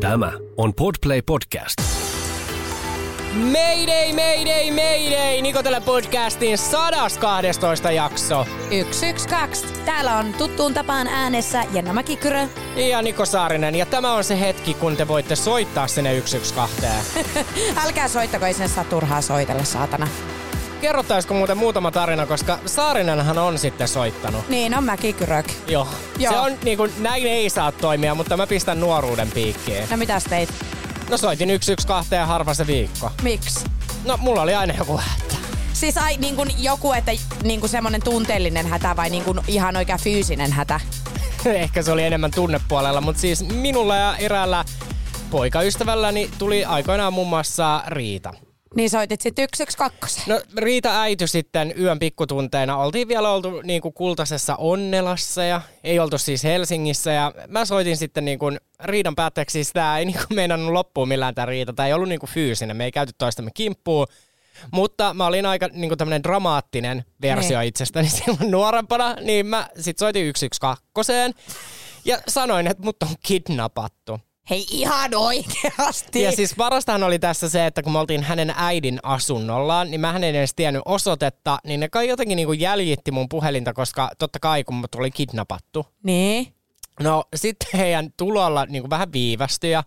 Tämä on Podplay Podcast. Mayday, mayday, mayday! Nikotelle podcastin 112 jakso. 112. Täällä on tuttuun tapaan äänessä Jenna Mäkikyrö. Ja Niko Saarinen, ja tämä on se hetki, kun te voitte soittaa sinne 112. Älkää soittako, ei sen saa turhaa soitella, saatana. Kerrottaisiko muuten muutama tarina, koska Saarinenhan on sitten soittanut. Niin on Mäkikyrök. Joo. Joo. Se on niin kuin, näin ei saa toimia, mutta mä pistän nuoruuden piikkiin. No mitäs teit? No soitin 112 ja harva se viikko. Miksi? No mulla oli aina joku hätä. Siis ai, niin kuin joku, että niin kuin semmonen tunteellinen hätä vai niin kuin ihan oikea fyysinen hätä? Ehkä se oli enemmän tunnepuolella, mutta siis minulla ja eräällä poikaystävälläni tuli aikoinaan muun muassa Riita. Niin soitit sit 112. No Riita äity sitten yön pikkutunteina. Oltiin vielä oltu niin kuin kultaisessa Onnelassa ja ei oltu siis Helsingissä. Ja mä soitin sitten niin kuin Riidan päätteeksi. Siis tää ei niin kuin meinannut loppuun millään tää Riita. Tää ei ollut niin kuin fyysinen. Me ei käyty toistamme kimppuun. Mutta mä olin aika niin kuin tämmönen dramaattinen versio Niin. itsestäni silloin nuorempana. Niin mä sit soitin 112 ja sanoin, että mut on kidnappattu. Hei ihan oikeasti. Ja siis parastahan oli tässä se, että kun me oltiin hänen äidin asunnollaan, niin mä en edes tiennyt osoitetta, niin ne kai jotenkin niinku jäljitti mun puhelinta, koska totta kai kun mut oli kidnappattu. Niin. No sitten heidän tulolla niinku vähän viivästyi ja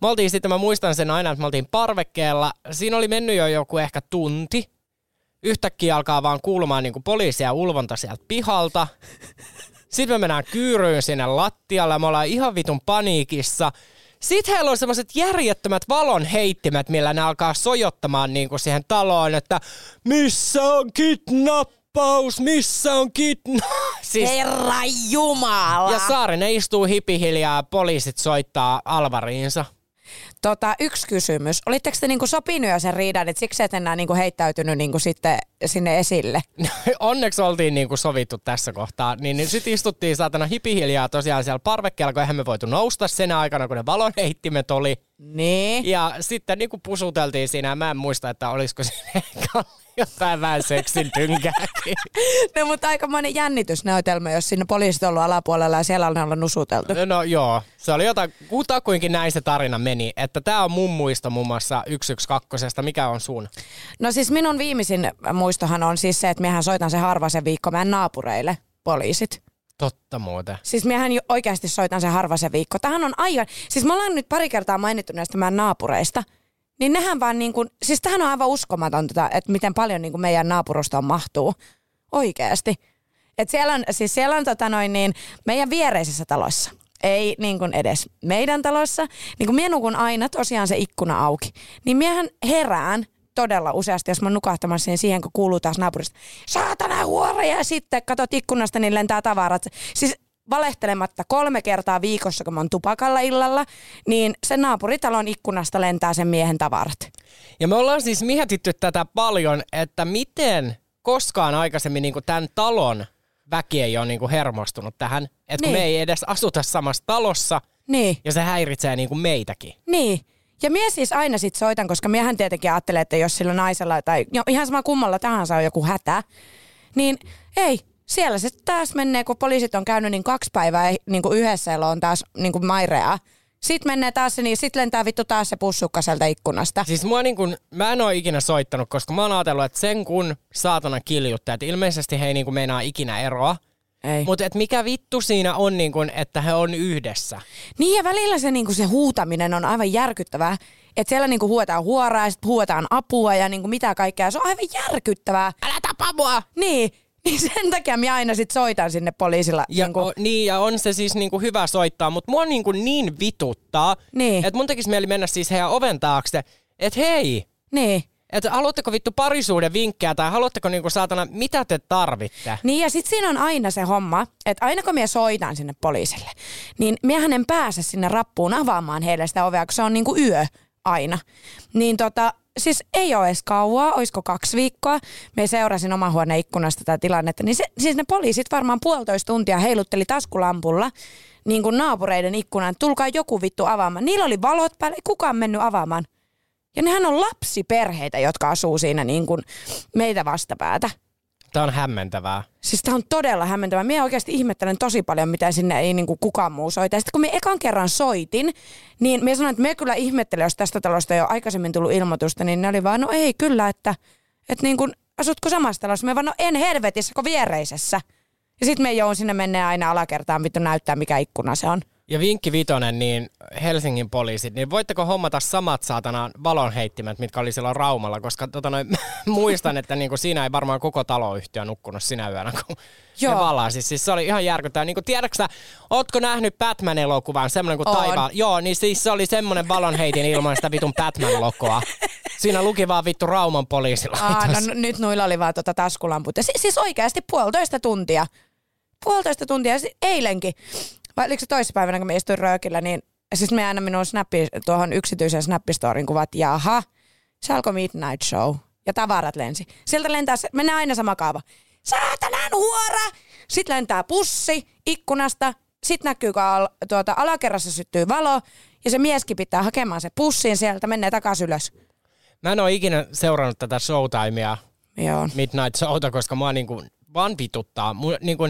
me oltiin sitten, mä muistan sen aina, että me oltiin parvekkeella. Siinä oli mennyt jo joku ehkä tunti. Yhtäkkiä alkaa vaan kuulumaan niinku poliisia ja ulvonta sieltä pihalta. Sitten me mennään kyyryyn sinne lattialle ja me ollaan ihan vitun paniikissa. Sitten heillä on semmoiset järjettömät valonheittimet, millä ne alkaa sojottamaan niinku siihen taloon, että missä on kidnappaus, missä on kidna... Siis Herra Jumala. ja Saarinen istuu hipihiljaa, poliisit soittaa alvariinsa. Tota, yksi kysymys. Olitteko te niinku sopinut jo sen riidan, että siksi et enää niinku heittäytynyt niinku sitten sinne esille? Onneksi oltiin niinku sovittu tässä kohtaa. Niin, niin sitten istuttiin saatana hipihiljaa tosiaan siellä parvekkeella, kun eihän me voitu nousta sen aikana, kun ne valonheittimet oli. Niin. Ja sitten niinku pusuteltiin siinä. Mä en muista, että olisiko siinä ehkä ollut jotain vähän seksin tynkääkin. No mutta aika monen jännitysnäytelmä, jos sinne poliisit on ollut alapuolella ja siellä on ollut nusuteltu. No joo, se oli jotain, kutakuinkin näin se tarina meni. Että tää on mun muisto muun muassa 112, mikä on sun? No siis minun viimeisin muistohan on siis se, että miehän soitan se harva se viikko meidän naapureille poliisit. Totta muuten. Siis miehän jo oikeasti soitan se harva se viikko. Tähän on aivan, siis me ollaan nyt pari kertaa mainittu näistä meidän naapureista. Niin nehän vaan niin kuin, siis tähän on aivan uskomatonta, että miten paljon niin kuin meidän naapurustoon mahtuu. Oikeasti. Et siellä on, siis siellä on tota noin niin, meidän viereisessä talossa. Ei niin kuin edes meidän talossa. Niin kuin mie nukun aina tosiaan se ikkuna auki. Niin miehän herään todella useasti, jos mä oon nukahtamassa siihen, siihen, kun kuuluu taas naapurista. Saatana huore! Ja sitten katot ikkunasta, niin lentää tavarat. Siis valehtelematta kolme kertaa viikossa, kun mä oon tupakalla illalla, niin sen naapuritalon ikkunasta lentää sen miehen tavarat. Ja me ollaan siis mietitty tätä paljon, että miten koskaan aikaisemmin niin tämän talon väki ei ole niin hermostunut tähän. Että kun Niin. me ei edes asuta samassa talossa Niin. ja se häiritsee niin kuin meitäkin. Niin. Ja mie siis aina sit soitan, koska miehän tietenkin ajattelee, että jos sillä naisella tai jo, ihan sama kummalla tahansa on joku hätä, niin ei. Siellä se taas menee, kun poliisit on käynyt niin kaksi päivää niin kuin yhdessä ja on taas niin kuin mairea. Sitten menee taas se, niin sitten lentää vittu taas se pussukka sieltä ikkunasta. Siis mua niin kuin, mä en ole ikinä soittanut, koska mä oon ajatellut, että sen kun saatana kiljuttaa, että ilmeisesti he ei niin kuin meinaa ikinä eroa. Ei. Mutta et mikä vittu siinä on, niin kuin, että he on yhdessä. Niin ja välillä se, niinku, se huutaminen on aivan järkyttävää. Että siellä niinku, huuetaan huoraa ja sit huuetaan apua ja niinku, mitä kaikkea. Se on aivan järkyttävää. Älä tapa mua! Niin. Niin sen takia minä aina sit soitan sinne poliisilla. Ja, niinku. o, niin, ja on se siis niinku hyvä soittaa, mutta mua niinku niin vituttaa, Niin. että mun tekisi mieli mennä siis heidän oven taakse, että hei, Niin. että haluatteko vittu parisuuden vinkkejä tai haluatteko niinku saatana, mitä te tarvitte? Niin ja sitten siinä on aina se homma, että aina kun minä soitan sinne poliisille, niin miehän en pääse sinne rappuun avaamaan heille sitä ovea, kun se on niinku yö aina. Niin tota, siis ei ole edes kauaa, olisiko kaksi viikkoa. Me seurasin oman huoneen ikkunasta tätä tilannetta, niin se, siis ne poliisit varmaan puolitoista tuntia heilutteli taskulampulla niin kuin naapureiden ikkunan, että tulkaa joku vittu avaamaan. Niillä oli valot päällä, ei kukaan mennyt avaamaan. Ja nehän on lapsiperheitä, jotka asuu siinä niin kuin meitä niinku vastapäätä. Tämä on hämmentävää. Siis tää on todella hämmentävää. Minä oikeasti ihmettelen tosi paljon, mitä sinne ei niinku kukaan muu soita. Ja sitten kun minä ekan kerran soitin, niin minä sanoin, että minä kyllä ihmettelen, jos tästä talosta ei ole aikaisemmin tullut ilmoitusta, niin ne oli vaan, no ei kyllä, että, että niinku, asutko samassa talossa? Me vaan, no en helvetissä, kun viereisessä. Ja sitten me joudun sinne mennä aina alakertaan, vittu näyttää, mikä ikkuna se on. Ja vinkki vitonen, niin Helsingin poliisit, niin voitteko hommata samat saatana valonheittimet, mitkä oli silloin Raumalla, koska tota noin, muistan, että niinku siinä ei varmaan koko taloyhtiö nukkunut sinä yönä, kun Joo. ne Joo. valaa. Siis, siis se oli ihan järkyttävää. Niinku, tiedätkö sä, ootko nähnyt Batman-elokuvan, semmoinen kuin On. taivaan? Joo, niin siis se oli semmoinen valonheitin ilman sitä vitun Batman-lokoa. Siinä luki vaan vittu Rauman poliisilla. Aa, no, n- nyt nuilla oli vaan tota taskulamput. Ja si- siis oikeasti puolitoista tuntia. Puolitoista tuntia. Ja si- eilenkin, vai oliko se toissapäivänä, kun mä istuin röökillä, niin siis me aina minun snappi, tuohon yksityisen snappistorin kuvat, jaha, se alkoi Midnight Show. Ja tavarat lensi. Sieltä lentää, se- mennään aina sama kaava. Saatanan huora! Sitten lentää pussi ikkunasta. Sitten näkyy, kun al, tuota, alakerrassa syttyy valo. Ja se mieskin pitää hakemaan se pussiin sieltä, menee takaisin ylös. Mä en ole ikinä seurannut tätä showtimea Joo. Midnight Showta, koska mua niinku vaan vituttaa. Mu, niinku,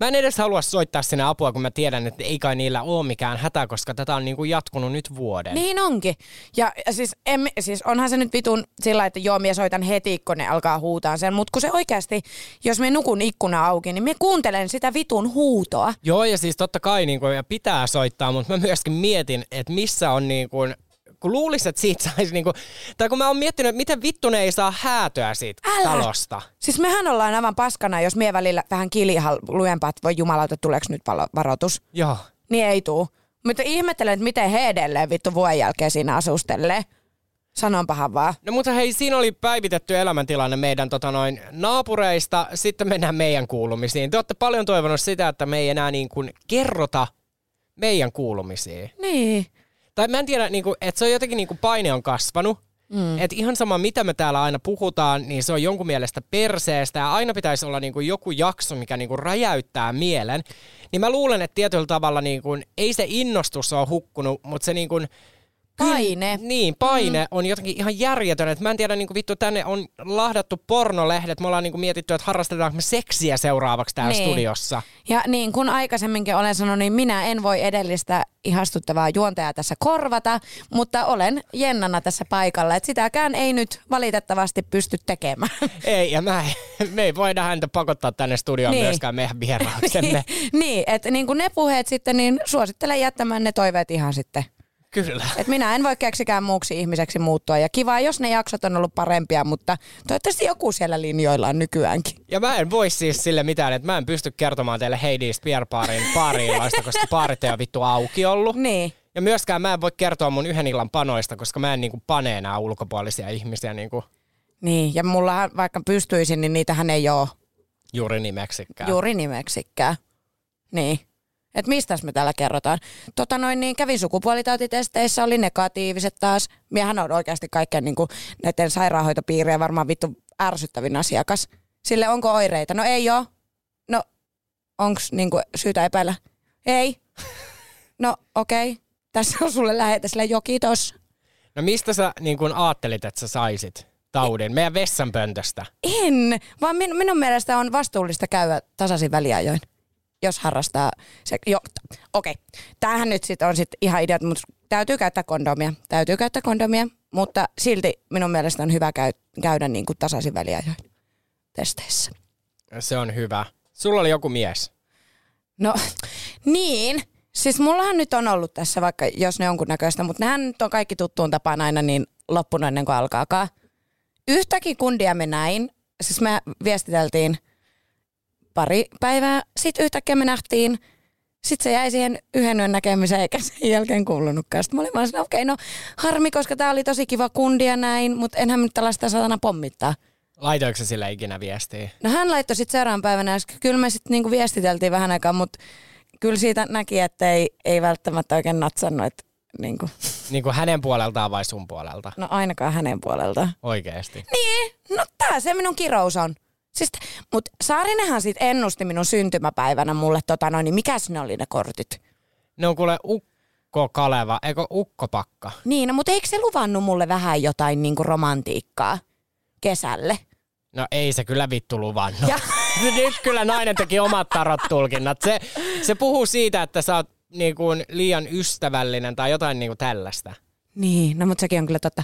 mä en edes halua soittaa sinne apua, kun mä tiedän, että ei kai niillä ole mikään hätä, koska tätä on niinku jatkunut nyt vuoden. Niin onkin. Ja ja siis, em, siis onhan se nyt vitun sillä, että joo, mie soitan heti, kun ne alkaa huutaa sen. Mutta kun se oikeasti, jos me nukun ikkuna auki, niin me kuuntelen sitä vitun huutoa. Joo, ja siis totta kai niinku, ja pitää soittaa, mutta mä myöskin mietin, että missä on niinku, kun luulisin, että siitä saisi niinku, tai kun mä oon miettinyt, että miten vittu ne ei saa häätöä siitä Älä! talosta. Siis mehän ollaan aivan paskana, jos mie välillä vähän kilihal lujempaa, että voi jumalauta, tuleeko nyt valo- varoitus. Joo. Niin ei tuu. Mutta ihmettelen, että miten he edelleen vittu vuoden jälkeen siinä asustelee. Sanonpahan vaan. No mutta hei, siinä oli päivitetty elämäntilanne meidän tota noin, naapureista. Sitten mennään meidän kuulumisiin. Te olette paljon toivonut sitä, että me ei enää niin kuin kerrota meidän kuulumisiin. Niin. Tai mä en tiedä, niin kuin, että se on jotenkin niin kuin paine on kasvanut. Mm. Et ihan sama, mitä me täällä aina puhutaan, niin se on jonkun mielestä perseestä ja aina pitäisi olla niin kuin joku jakso, mikä niin kuin räjäyttää mielen. Niin mä luulen, että tietyllä tavalla niin kuin, ei se innostus ole hukkunut, mutta se niin kuin, Paine. Mm-hmm. niin, paine mm. on jotenkin ihan järjetön. Et mä en tiedä, niin vittu, tänne on lahdattu pornolehdet. Me ollaan niin mietitty, että harrastetaanko me seksiä seuraavaksi täällä Niin. studiossa. Ja niin kuin aikaisemminkin olen sanonut, niin minä en voi edellistä ihastuttavaa juontajaa tässä korvata, mutta olen Jennana tässä paikalla. Et sitäkään ei nyt valitettavasti pysty tekemään. Ei, ja mä, me ei voida häntä pakottaa tänne studioon niin. Niin. myöskään meidän vieraaksemme. niin, että niin kuin ne puheet sitten, niin suosittelen jättämään ne toiveet ihan sitten. Kyllä. Et minä en voi keksikään muuksi ihmiseksi muuttua. Ja kiva, jos ne jaksot on ollut parempia, mutta toivottavasti joku siellä linjoilla on nykyäänkin. Ja mä en voi siis sille mitään, että mä en pysty kertomaan teille Heidiistä pierpaarin paariillaista, koska paarit ei ole vittu auki ollut. Niin. Ja myöskään mä en voi kertoa mun yhden illan panoista, koska mä en niinku pane enää ulkopuolisia ihmisiä niinku Niin, ja mullahan vaikka pystyisin, niin niitähän ei ole juuri nimeksikään. Juuri nimeksikään. Niin. Et mistäs me täällä kerrotaan? Tota noin, niin kävin sukupuolitautitesteissä, oli negatiiviset taas. Miehän on oikeasti kaikkien niin kuin, näiden sairaanhoitopiirien varmaan vittu ärsyttävin asiakas. Sille onko oireita? No ei oo. No onks niin kuin, syytä epäillä? Ei. No okei. Okay. Tässä on sulle lähetä sille jo kiitos. No mistä sä niin kun ajattelit, että sä saisit taudin? Meidän vessanpöntöstä. En, vaan min, minun mielestä on vastuullista käydä tasaisin väliajoin, jos harrastaa se. Jo, t- okei, tämähän nyt sit on sit ihan ideat, mutta täytyy käyttää kondomia, täytyy käyttää kondomia, mutta silti minun mielestä on hyvä käy, käydä niinku tasaisin väliajoin testeissä. Se on hyvä. Sulla oli joku mies. No niin, siis mullahan nyt on ollut tässä vaikka jos ne on näköistä, mutta nehän nyt on kaikki tuttuun tapaan aina niin loppuna ennen kuin alkaakaan. Yhtäkin kundia me näin, siis me viestiteltiin pari päivää, sitten yhtäkkiä me nähtiin, sitten se jäi siihen yhden yön näkemiseen eikä sen jälkeen kuulunutkaan. Sitten mä olin vaan siinä, okei okay, no harmi, koska tää oli tosi kiva kundia näin, mutta enhän me nyt tällaista satana pommittaa. Laitoiko sä sille ikinä viestiä? No hän laittoi sitten seuraavan päivänä, ja sit kyllä me sitten niinku viestiteltiin vähän aikaa, mutta kyllä siitä näki, että ei, ei välttämättä oikein natsannut, että niinku, Niin kuin hänen puoleltaan vai sun puolelta? no ainakaan hänen puoleltaan. Oikeesti. Niin, no tää se minun kirous on. Siis, mutta Saarinenhan sit ennusti minun syntymäpäivänä mulle, tota noin, niin mikäs ne oli ne kortit? Ne on kuule ukko Kaleva, eikö ukkopakka? Niin, no, mutta eikö se luvannut mulle vähän jotain niinku romantiikkaa kesälle? No ei se kyllä vittu luvannut. Ja- Nyt kyllä nainen teki omat tarot-tulkinnat. Se, se puhuu siitä, että sä oot niin kuin liian ystävällinen tai jotain niin kuin tällaista. Niin, no mutta sekin on kyllä totta.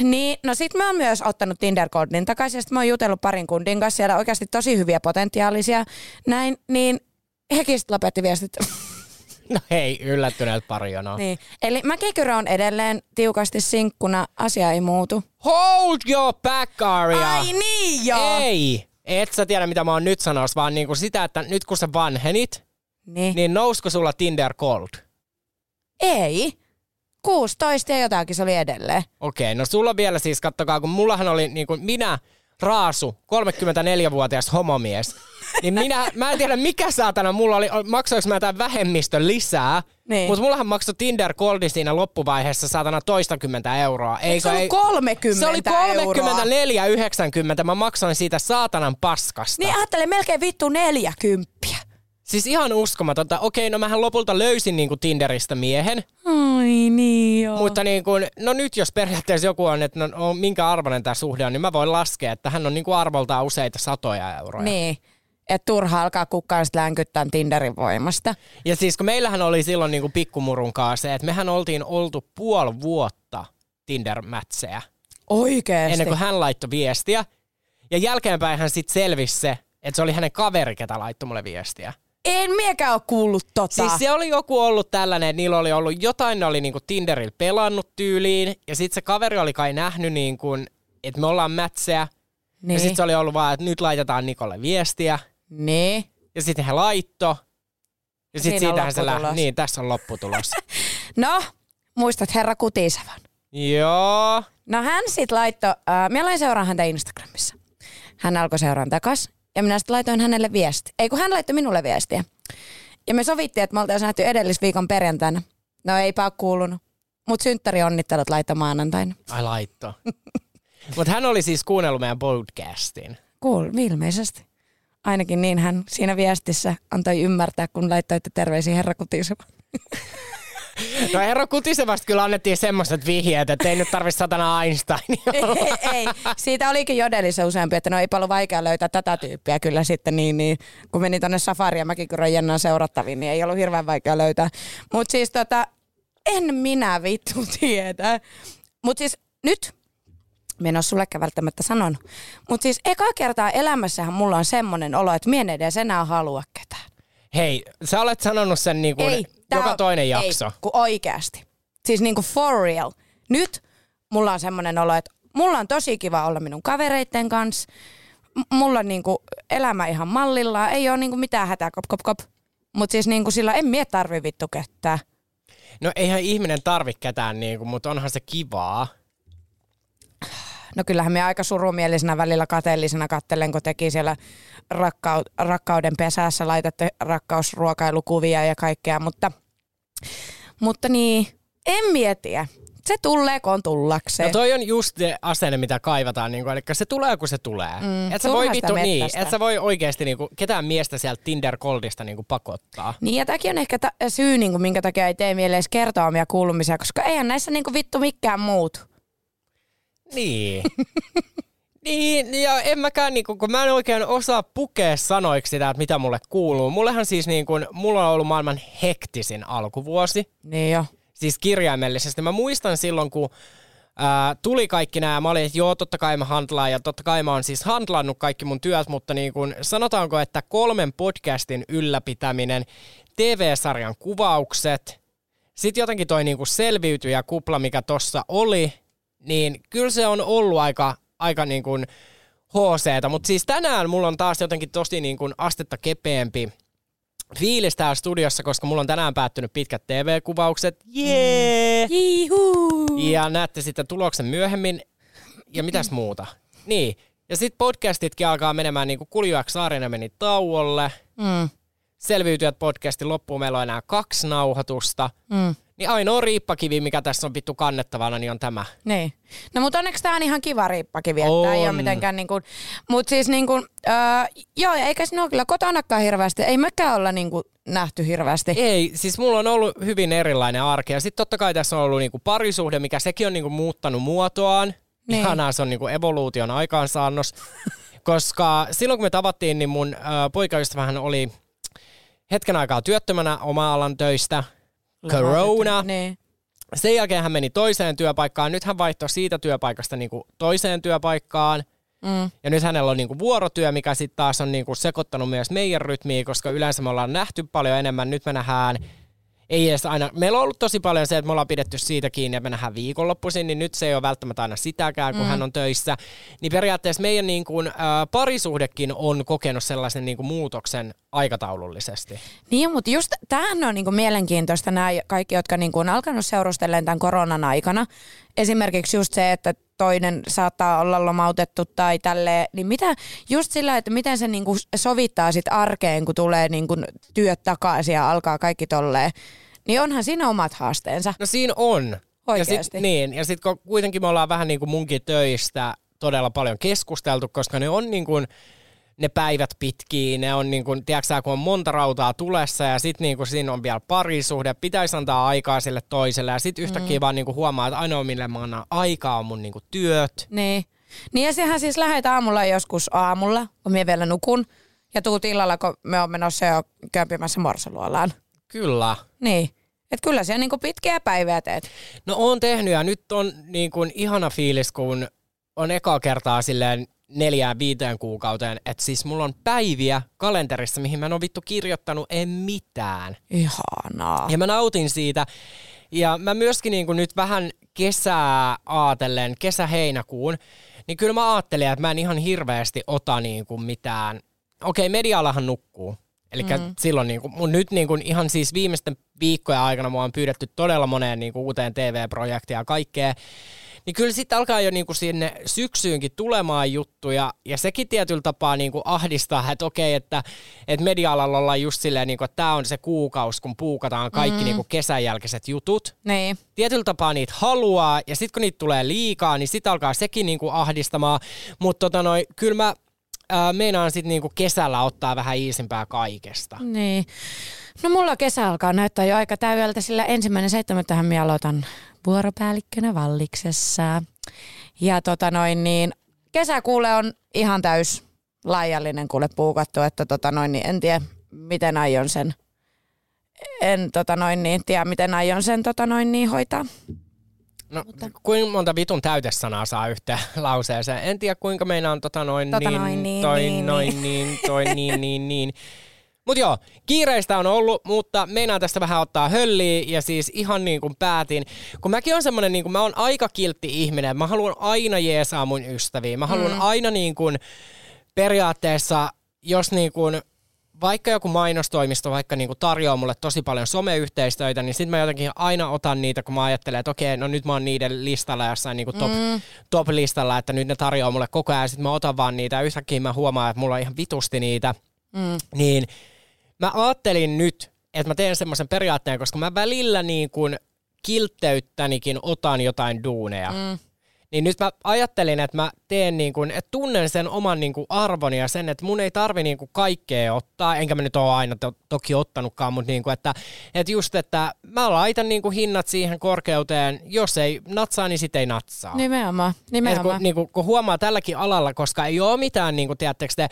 Niin, no sit mä oon myös ottanut Tinder-koodin takaisin, ja sit mä oon jutellut parin kundin kanssa, siellä on oikeasti tosi hyviä potentiaalisia, näin, niin hekin sit lopetti viestit. No hei, yllättyneet pari jonoa. niin. Eli mä Kekyrä on edelleen tiukasti sinkkuna, asia ei muutu. Hold your back, Aria! Ai niin joo! Ei! Et sä tiedä, mitä mä oon nyt sanomassa, vaan niinku sitä, että nyt kun sä vanhenit, Niin. niin nousko sulla Tinder Gold? Ei. 16 ja jotakin se oli edelleen. Okei, no sulla vielä siis, kattokaa, kun mullahan oli niin kuin minä, Raasu, 34-vuotias homomies. Niin minä, mä en tiedä mikä saatana mulla oli, maksoinko mä jotain vähemmistön lisää, Niin. mutta mullahan maksoi Tinder Goldi siinä loppuvaiheessa saatana toistakymmentä euroa. Eikö, se ollut 30 Se euroa? oli 34,90, mä maksoin siitä saatanan paskasta. Niin ajattele melkein vittu 40. Siis ihan uskomatonta. Okei, no mähän lopulta löysin niinku Tinderistä miehen, Ai niin joo. mutta niin kuin, no nyt jos periaatteessa joku on, että no, on, minkä arvoinen tämä suhde on, niin mä voin laskea, että hän on niinku arvoltaan useita satoja euroja. Niin. Että turha alkaa kukaan sit länkyttää Tinderin voimasta. Ja siis kun meillähän oli silloin niinku pikkumurun kanssa se, että mehän oltiin oltu puoli vuotta Tinder-mätsejä Oikeesti. ennen kuin hän laittoi viestiä. Ja jälkeenpäin hän sitten selvisi se, että se oli hänen kaveri, ketä laittoi mulle viestiä. En miekään ole kuullut tota. Siis se oli joku ollut tällainen, että niillä oli ollut jotain, ne oli niinku Tinderillä pelannut tyyliin, ja sitten se kaveri oli kai nähnyt, niinku, että me ollaan mätseä, niin. ja niin. sitten se oli ollut vaan, että nyt laitetaan Nikolle viestiä, niin. ja sitten he laitto, ja Siinä sitten on siitähän se lähti. lopputulos. Niin, tässä on lopputulos. No, muistat herra Kutisavan. Joo. No hän sit laittoi, äh, minä aloin seuraa häntä Instagramissa. Hän alkoi seuraan takas ja minä sitten laitoin hänelle viesti. Ei kun hän laittoi minulle viestiä. Ja me sovittiin, että me oltaisiin nähty edellisviikon perjantaina. No eipä ole kuulunut. Mut synttäri onnittelut laittoi maanantaina. Ai laitto. Mutta hän oli siis kuunnellut meidän podcastin. Kuul, ilmeisesti. Ainakin niin hän siinä viestissä antoi ymmärtää, kun laittoitte terveisiä herra Kutiseva. No herra Kutisevasta kyllä annettiin semmoiset vihjeet, että ei nyt tarvitse satana Einsteinia. ei, ei, siitä olikin jodelissa useampi, että no ei paljon vaikea löytää tätä tyyppiä kyllä sitten, niin, niin kun meni tonne safari ja mäkin kun rojennaan seurattaviin, niin ei ollut hirveän vaikea löytää. Mutta siis tota, en minä vittu tiedä. Mutta siis nyt, mä en ole sullekään välttämättä sanonut, mutta siis eka kertaa elämässähän mulla on semmoinen olo, että mä en edes enää halua ketään. Hei, sä olet sanonut sen niinku tää joka on- toinen jakso. Ei, kun oikeasti. Siis niinku for real. Nyt mulla on semmoinen olo, että mulla on tosi kiva olla minun kavereitten kanssa. M- mulla on niinku elämä ihan mallillaan. Ei ole niinku mitään hätää, kop kop kop. Mut siis niinku sillä en mie tarvi vittu kettää. No eihän ihminen tarvi ketään, niinku, mutta onhan se kivaa. No kyllähän me aika surumielisenä välillä kateellisena kattelen, kun teki siellä rakkau, rakkauden pesässä, laitatte rakkausruokailukuvia ja kaikkea, mutta, mutta niin, en mietiä. Se tulee, kun on tullakseen. No toi on just se asenne, mitä kaivataan, niinku, eli se tulee, kun se tulee. Mm, et sä voi, turha sitä niin, mettästä. et sä voi oikeasti niinku, ketään miestä sieltä Tinder-koldista niinku, pakottaa. Niin ja tämäkin on ehkä ta- syy, niin kuin, minkä takia ei tee mieleen edes kertoa omia kuulumisia, koska eihän näissä niin kuin, vittu mikään muut. Niin. niin, ja en mäkään, niinku, kun mä en oikein osaa pukea sanoiksi sitä, että mitä mulle kuuluu. Mullehan siis, niinku, mulla on ollut maailman hektisin alkuvuosi. Niin jo. Siis kirjaimellisesti. Mä muistan silloin, kun ää, tuli kaikki nämä, mä olin, että joo, totta kai mä handlaan, ja totta kai mä oon siis handlannut kaikki mun työt, mutta niin kun, sanotaanko, että kolmen podcastin ylläpitäminen, TV-sarjan kuvaukset, sitten jotenkin toi niin selviytyjä kupla, mikä tossa oli, niin kyllä se on ollut aika, aika niin kuin hc mutta siis tänään mulla on taas jotenkin tosi niin kuin astetta kepeämpi fiilis täällä studiossa, koska mulla on tänään päättynyt pitkät TV-kuvaukset. Jee! Mm. Jiihuu. Ja näette sitten tuloksen myöhemmin. Ja mitäs muuta? Niin. Ja sitten podcastitkin alkaa menemään niin kuin Kuljuaksi Saarinen meni tauolle. Mm. Selviytyjät podcastin loppuun meillä on enää kaksi nauhoitusta. Mm. Niin ainoa riippakivi, mikä tässä on vittu kannettavana, niin on tämä. Niin. No mutta onneksi tää on ihan kiva riippakin viettää. Ei ole On. mitenkään niin kuin, mut siis niin kuin, äh, joo, ja eikä sinua kyllä kotonakaan hirveästi. Ei mekään olla niin kuin, nähty hirveästi. Ei, siis mulla on ollut hyvin erilainen arki. Ja sitten totta kai tässä on ollut niinku parisuhde, mikä sekin on niinku muuttanut muotoaan. Niin. Niin. Ihanaa, se on niinku evoluution aikaansaannos. Koska silloin kun me tavattiin, niin mun ö, poikaystävähän oli hetken aikaa työttömänä oma-alan töistä. Corona. Niin. Sen jälkeen hän meni toiseen työpaikkaan. Nyt hän vaihtoi siitä työpaikasta niinku toiseen työpaikkaan. Mm. Ja nyt hänellä on niinku vuorotyö, mikä sitten taas on niinku sekoittanut myös meidän rytmiä, koska yleensä me ollaan nähty paljon enemmän. Nyt me nähdään, ei edes aina, meillä on ollut tosi paljon se, että me ollaan pidetty siitä kiinni, että me nähdään viikonloppuisin, niin nyt se ei ole välttämättä aina sitäkään, kun mm. hän on töissä. Niin periaatteessa meidän niinku, äh, parisuhdekin on kokenut sellaisen niinku muutoksen aikataulullisesti. Niin, mutta just tämähän on niinku mielenkiintoista, nämä kaikki, jotka niinku on alkanut seurustelleen tämän koronan aikana. Esimerkiksi just se, että toinen saattaa olla lomautettu tai tälleen, niin mitä, just sillä, että miten se niinku sovittaa sit arkeen, kun tulee niinku työt takaisin ja alkaa kaikki tolleen, niin onhan siinä omat haasteensa. No siinä on. Ja Oikeasti. sit, niin, ja sitten kuitenkin me ollaan vähän niin kuin munkin töistä todella paljon keskusteltu, koska ne on niin kuin, ne päivät pitkiä, ne on niin kuin, tiedätkö, sä, kun on monta rautaa tulessa ja sitten niin kuin siinä on vielä parisuhde, pitäisi antaa aikaa sille toiselle ja sitten yhtäkkiä mm. vaan niin kuin huomaa, että ainoa mille mä annan aikaa on mun niin kuin työt. Niin. Niin ja sehän siis lähet aamulla joskus aamulla, kun minä vielä nukun, ja tuut illalla, kun me on menossa jo kömpimässä morsoluolaan. Kyllä. Niin. Et kyllä siellä niinku pitkiä päiviä teet. No on tehnyt ja nyt on niin kuin ihana fiilis, kun on ekaa kertaa silleen neljään viiteen kuukauteen, että siis mulla on päiviä kalenterissa, mihin mä en ole vittu kirjoittanut en mitään. Ihanaa. Ja mä nautin siitä. Ja mä myöskin niin kuin nyt vähän kesää aatellen, kesä-heinäkuun, niin kyllä mä ajattelen, että mä en ihan hirveästi ota niin kuin mitään. Okei, medialahan nukkuu. Eli mm. silloin niin kuin, mun nyt niin kuin ihan siis viimeisten viikkojen aikana mua on pyydetty todella moneen niin kuin uuteen TV-projektiin ja kaikkea. Niin kyllä sitten alkaa jo niinku sinne syksyynkin tulemaan juttuja, ja sekin tietyllä tapaa niinku ahdistaa, että okei, että et media-alalla ollaan just silleen, niinku, että tämä on se kuukaus, kun puukataan kaikki mm. niinku kesän jälkeiset jutut. Niin. Tietyllä tapaa niitä haluaa, ja sitten kun niitä tulee liikaa, niin sitten alkaa sekin niinku ahdistamaan. Mutta tota noi, kyllä mä ää, meinaan sitten niinku kesällä ottaa vähän iisimpää kaikesta. Niin. No mulla kesä alkaa näyttää jo aika täydeltä, sillä ensimmäinen seitsemättähän minä aloitan vuoropäällikkönä Valliksessa. Ja tota noin niin, kesä kuule on ihan täys laajallinen kuule puukattu, että tota noin niin, en tiedä miten aion sen en tota noin niin, tiedä, miten aion sen tota noin niin hoitaa. No, kuinka monta vitun täytesanaa saa yhteen lauseeseen? En tiedä, kuinka meillä on tota noin, Tota niin, noin, niin, toi niin, noin, niin, toi niin, niin, niin. Mut joo, kiireistä on ollut, mutta meinaan tästä vähän ottaa hölliä ja siis ihan niin kuin päätin. Kun mäkin on semmonen, niin kuin mä oon aika kiltti ihminen, mä haluan aina jeesaa mun ystäviä. Mä haluan mm. aina niin kuin periaatteessa, jos niin kuin vaikka joku mainostoimisto vaikka niinku tarjoaa mulle tosi paljon someyhteistöitä, niin sitten mä jotenkin aina otan niitä, kun mä ajattelen, että okei, no nyt mä oon niiden listalla jossain niinku top, mm. top-listalla, että nyt ne tarjoaa mulle koko ajan, sitten mä otan vaan niitä ja yhtäkkiä mä huomaan, että mulla on ihan vitusti niitä. Mm. Niin mä ajattelin nyt, että mä teen semmoisen periaatteen, koska mä välillä niin kuin kiltteyttänikin otan jotain duuneja. Mm. Niin nyt mä ajattelin, että mä teen niin kuin, että tunnen sen oman niin kuin arvon ja sen, että mun ei tarvi niin kuin kaikkea ottaa, enkä mä nyt ole aina to- toki ottanutkaan, mutta niin kuin, että, että just, että mä laitan niin kuin hinnat siihen korkeuteen, jos ei natsaa, niin sit ei natsaa. Nimenomaan, Et kun, nimenomaan. niin kun, kun huomaa tälläkin alalla, koska ei ole mitään, niin kun, tiedättekö te,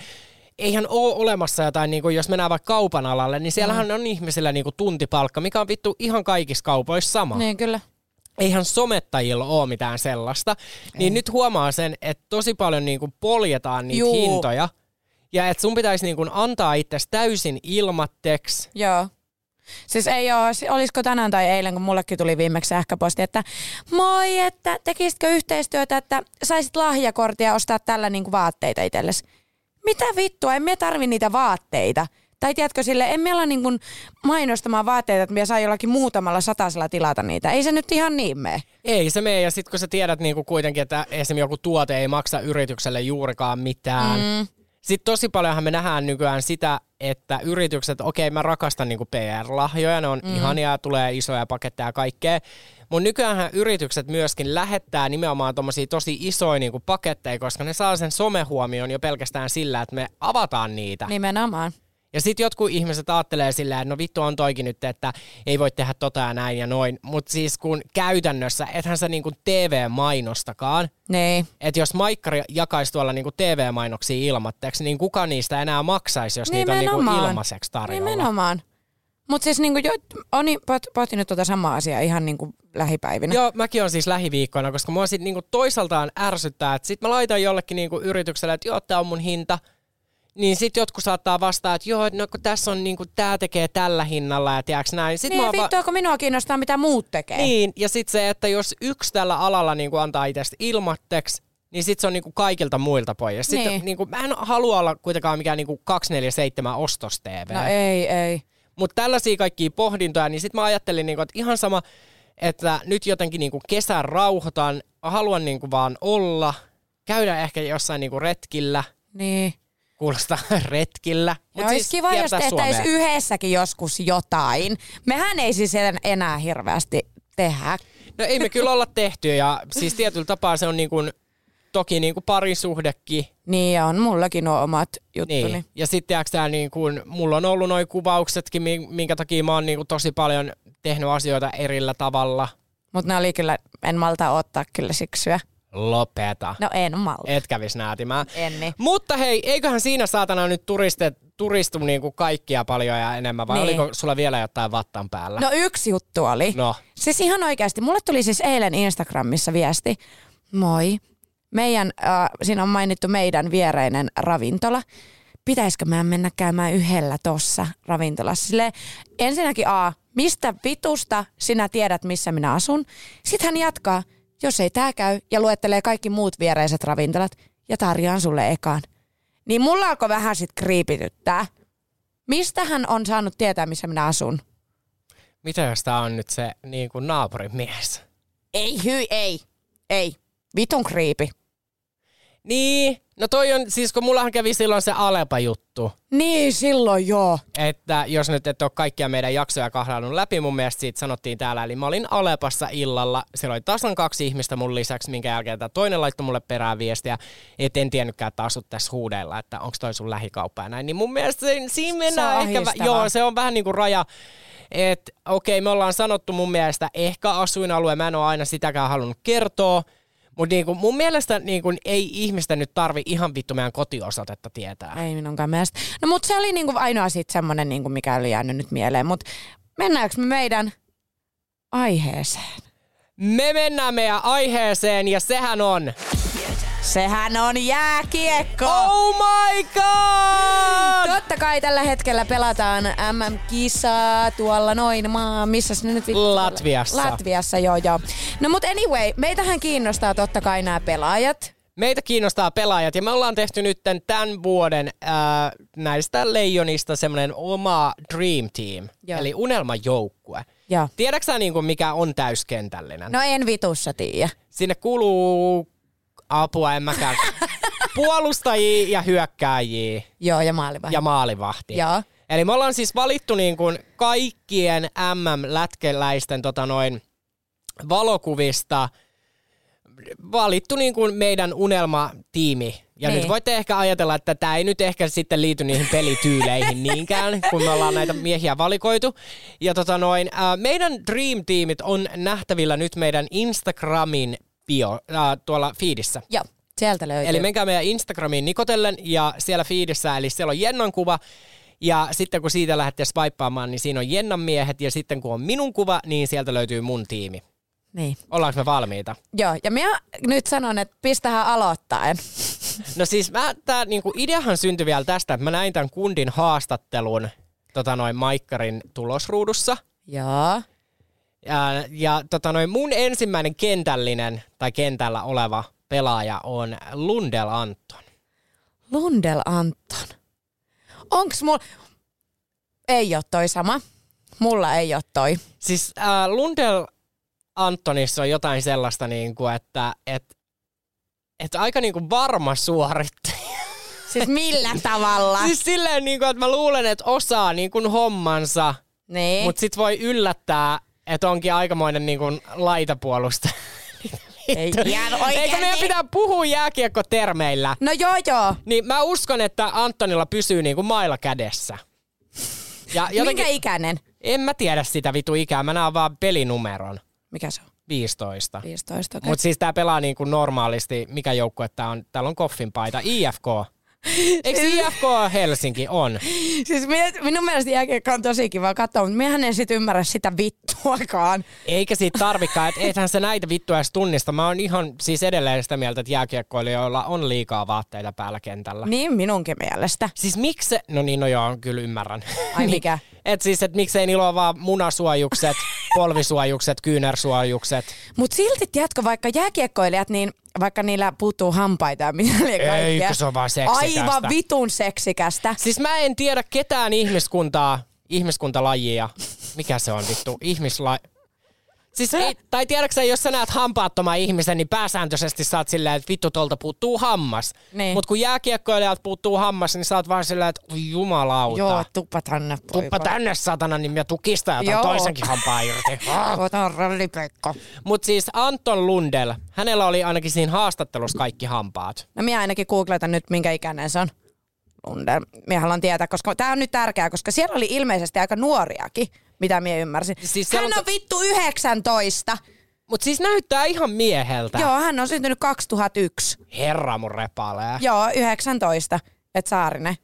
eihän ole olemassa jotain, niin kun, jos mennään vaikka kaupan alalle, niin siellähän mm. on ihmisillä niin kun, tuntipalkka, mikä on vittu ihan kaikissa kaupoissa sama. Niin kyllä. Eihän somettajilla ole mitään sellaista. Niin nyt huomaa sen, että tosi paljon niin kun, poljetaan niitä Juu. Juu. hintoja. Ja että sun pitäisi niin kun, antaa itsesi täysin ilmatteksi. Joo. Siis ei oo, si- olisiko tänään tai eilen, kun mullekin tuli viimeksi sähköposti, että moi, että tekisitkö yhteistyötä, että saisit lahjakortia ostaa tällä niinku vaatteita itsellesi. Mitä vittua, en mä tarvi niitä vaatteita. Tai tiedätkö sille, en mä ala niinku mainostamaan vaatteita, että mä saan jollakin muutamalla satasella tilata niitä. Ei se nyt ihan niin mene. Ei se mene, ja sitten kun sä tiedät niinku kuitenkin, että esimerkiksi joku tuote ei maksa yritykselle juurikaan mitään. Mm. Sitten tosi paljonhan me nähdään nykyään sitä, että yritykset, okei okay, mä rakastan niinku PR-lahjoja, ne on mm. ihania, tulee isoja paketteja ja kaikkea. Mun nykyään yritykset myöskin lähettää nimenomaan tommosia tosi isoja niinku paketteja, koska ne saa sen somehuomion jo pelkästään sillä, että me avataan niitä. Nimenomaan. Ja sitten jotkut ihmiset ajattelee silleen, että no vittu on toikin nyt, että ei voi tehdä tota ja näin ja noin. Mutta siis kun käytännössä, ethän sä niinku TV-mainostakaan, Niin. että jos Maikkari jakaisi tuolla niinku TV-mainoksia ilmatteeksi, niin kuka niistä enää maksaisi, jos niitä on niinku Nimenomaan. ilmaiseksi tarjolla? Nimenomaan. Mutta siis niinku, jo, on niin, poht- pohtinut tuota samaa asiaa ihan niinku lähipäivinä. Joo, mäkin on siis lähiviikkoina, koska mua sit niinku toisaaltaan ärsyttää, että sit mä laitan jollekin niinku yritykselle, että joo, tää on mun hinta, niin sit jotkut saattaa vastaa, että joo, no kun tässä on niinku, tää tekee tällä hinnalla ja tiedäks näin. Sit niin mua va- vittua, kun minua kiinnostaa, mitä muut tekee. Niin, ja sitten se, että jos yksi tällä alalla niinku antaa itsestä ilmatteeksi, niin sitten se on niinku kaikilta muilta pois. Sitten Niin. niinku, mä en halua olla kuitenkaan mikään niinku 247 ostos TV. No ei, ei. Mutta tällaisia kaikkia pohdintoja, niin sitten mä ajattelin, niinku, että ihan sama, että nyt jotenkin niinku kesän rauhoitan, haluan niinku vaan olla, käydä ehkä jossain niinku retkillä, Niin. kuulostaa retkillä. Mut olisi siis kiva, jos kiertää tehtäisiin Suomea. yhdessäkin joskus jotain. Mehän ei siis en- enää hirveästi tehdä. No ei me kyllä olla tehty, ja siis tietyllä tapaa se on niinku, toki niinku parisuhdekin, Niin on, mullakin on omat juttuni. Niin. Niin. Ja sitten tää niin kun, mulla on ollut noin kuvauksetkin, mi- minkä takia mä oon niin kun, tosi paljon tehnyt asioita erillä tavalla. Mutta ne oli kyllä, en malta ottaa kyllä syksyä. Lopeta. No en malta. Et kävis näätimään. En niin. Mutta hei, eiköhän siinä saatana nyt turiste, turistu niin kuin kaikkia paljon ja enemmän, vai Niin. oliko sulla vielä jotain vattan päällä? No yksi juttu oli. no. Siis ihan oikeasti. Mulle tuli siis eilen Instagramissa viesti. Moi. Meidän, äh, siinä on mainittu meidän viereinen ravintola. Pitäisikö meidän mennä käymään yhdellä tossa ravintolassa? Sille ensinnäkin A, mistä vitusta sinä tiedät, missä minä asun? Sitten hän jatkaa, jos ei tää käy, ja luettelee kaikki muut viereiset ravintolat ja tarjoan sulle ekaan. Niin mulla alkoi vähän sit kriipityttää. Mistä hän on saanut tietää, missä minä asun? Mitä jos tää on nyt se niin kuin naapurimies? Ei, hyi, ei. Ei. Vitun kriipi. Niin, no toi on, siis kun mullahan kävi silloin se Alepa-juttu. Niin, silloin joo. että jos nyt et ole kaikkia meidän jaksoja kahlannut läpi, mun mielestä siitä sanottiin täällä, eli mä olin Alepassa illalla, siellä oli tasan kaksi ihmistä mun lisäksi, minkä jälkeen tämä toinen laittoi mulle perään viestiä, et en tiennytkään, että asut tässä huudella, että onko toi sun lähikauppa ja näin, niin mun mielestä se, siinä mennään ehkä, vä- ahdistavaa. joo, se on vähän niin kuin raja, että okei, me ollaan sanottu mun mielestä ehkä asuinalue, mä en ole aina sitäkään halunnut kertoa, mutta niin mun mielestä niin ei ihmistä nyt tarvi ihan vittu meidän kotiosoitetta tietää. Ei minunkaan mielestä. No mut se oli niinku ainoa sit semmonen, niinku, mikä oli jäänyt nyt mieleen. Mut mennäänkö me meidän aiheeseen? Me mennään meidän aiheeseen ja sehän on... Sehän on jääkiekko! Oh my god! Totta kai tällä hetkellä pelataan MM-kisaa tuolla noin maa. Missä ne nyt vittu- Latviassa. Latviassa, joo joo. No mut anyway, meitähän kiinnostaa totta kai nämä pelaajat. Meitä kiinnostaa pelaajat ja me ollaan tehty nyt tämän vuoden ää, näistä leijonista semmoinen oma Dream Team, Joo. eli unelmajoukkue. Joo. Tiedätkö sä niinku, mikä on täyskentällinen? No en vitussa tiedä. Sinne kuuluu apua, en mäkään. Puolustajia ja hyökkääjiä Joo, ja maalivahti. ja maalivahti. Joo. Eli me ollaan siis valittu niin kuin kaikkien MM-lätkeläisten tota noin, valokuvista valittu niin kuin meidän unelmatiimi. Ja Niin. nyt voitte ehkä ajatella, että tämä ei nyt ehkä sitten liity niihin pelityyleihin niinkään, kun me ollaan näitä miehiä valikoitu. Ja tota noin, äh, meidän Dream Teamit on nähtävillä nyt meidän Instagramin bio, äh, tuolla feedissä. Joo, sieltä löytyy. Eli menkää meidän Instagramiin Nikotellen ja siellä feedissä, eli siellä on Jennan kuva. Ja sitten kun siitä lähdette swipeaamaan, niin siinä on Jennan miehet ja sitten kun on minun kuva, niin sieltä löytyy mun tiimi. Niin. Ollaanko me valmiita? Joo, ja minä nyt sanon, että pistähän aloittaen. No siis mä, tää niinku ideahan syntyi vielä tästä, että mä näin tämän kundin haastattelun tota noin Maikkarin tulosruudussa. Joo. Ja, ja tota noin, mun ensimmäinen kentällinen tai kentällä oleva pelaaja on Lundel Anton. Lundel Anton. Onks mulla... Ei oo toi sama. Mulla ei oo toi. Siis äh, Lundell Antonissa on jotain sellaista, niin kuin, että et, et aika niin kuin varma suorittaja. Siis millä tavalla? Siis silleen, niin kuin, että mä luulen, että osaa niin kuin hommansa, niin. mutta sit voi yllättää, että onkin aikamoinen niin kuin laitapuolusta. ei ihan Eikä meidän oikein. niin. pitää puhua jääkiekkotermeillä. No joo joo. Niin mä uskon, että Antonilla pysyy niin kuin niinku mailla kädessä. Ja Jotenkin... jotenkin, Minkä ikäinen? en mä tiedä sitä vitu ikää, mä näen vaan pelinumeron, Mikä se on? 15. 15. Okay. Mutta siis tää pelaa niinku normaalisti, mikä joukkue tää on? Täällä on Koffin paita, IFK. Eikö IFK Helsinki? On. Siis mie, minun mielestä jääkiekko on tosi kiva katsoa, mutta miehän en sit ymmärrä sitä vittuakaan. Eikä siitä tarvikaan, että eihän se näitä vittuja edes tunnista. Mä oon ihan siis edelleen sitä mieltä, että jääkiekkoilijoilla on liikaa vaatteita päällä kentällä. Niin minunkin mielestä. Siis miksi se... No niin, no joo, kyllä ymmärrän. Ai mikä? Et siis, että miksei niillä ole vaan munasuojukset, polvisuojukset, kyynärsuojukset. Mutta silti, tiedätkö, vaikka jääkiekkoilijat, niin vaikka niillä puuttuu hampaita ja mitä liian kaikkea. Eikö se on vaan seksikästä? Aivan vitun seksikästä. Siis mä en tiedä ketään ihmiskuntaa, ihmiskuntalajia. Mikä se on vittu? Ihmisla... Siis ei, tai tiedätkö sä, jos sä näet hampaattoman ihmisen, niin pääsääntöisesti sä oot silleen, että vittu tolta puuttuu hammas. Niin. Mut kun jääkiekkoilijat puuttuu hammas, niin sä oot vaan silleen, että oi jumalauta. Joo, tuppa tänne. poika. Tuppa tänne satana, niin mä tukista jotain Joo. toisenkin hampaa irti. Ah. Ota rallipeikko. Mut siis Anton Lundell, hänellä oli ainakin siinä haastattelussa kaikki hampaat. No minä ainakin googletan nyt, minkä ikäinen se on. Lundell. Minä haluan tietää, koska tämä on nyt tärkeää, koska siellä oli ilmeisesti aika nuoriakin, mitä minä ymmärsin. Siis siellä Hän on on vittu 19. Mut siis näyttää ihan mieheltä. Joo, hän on syntynyt 2001. Herra mun repalee. Joo, 19. Et Saarinen.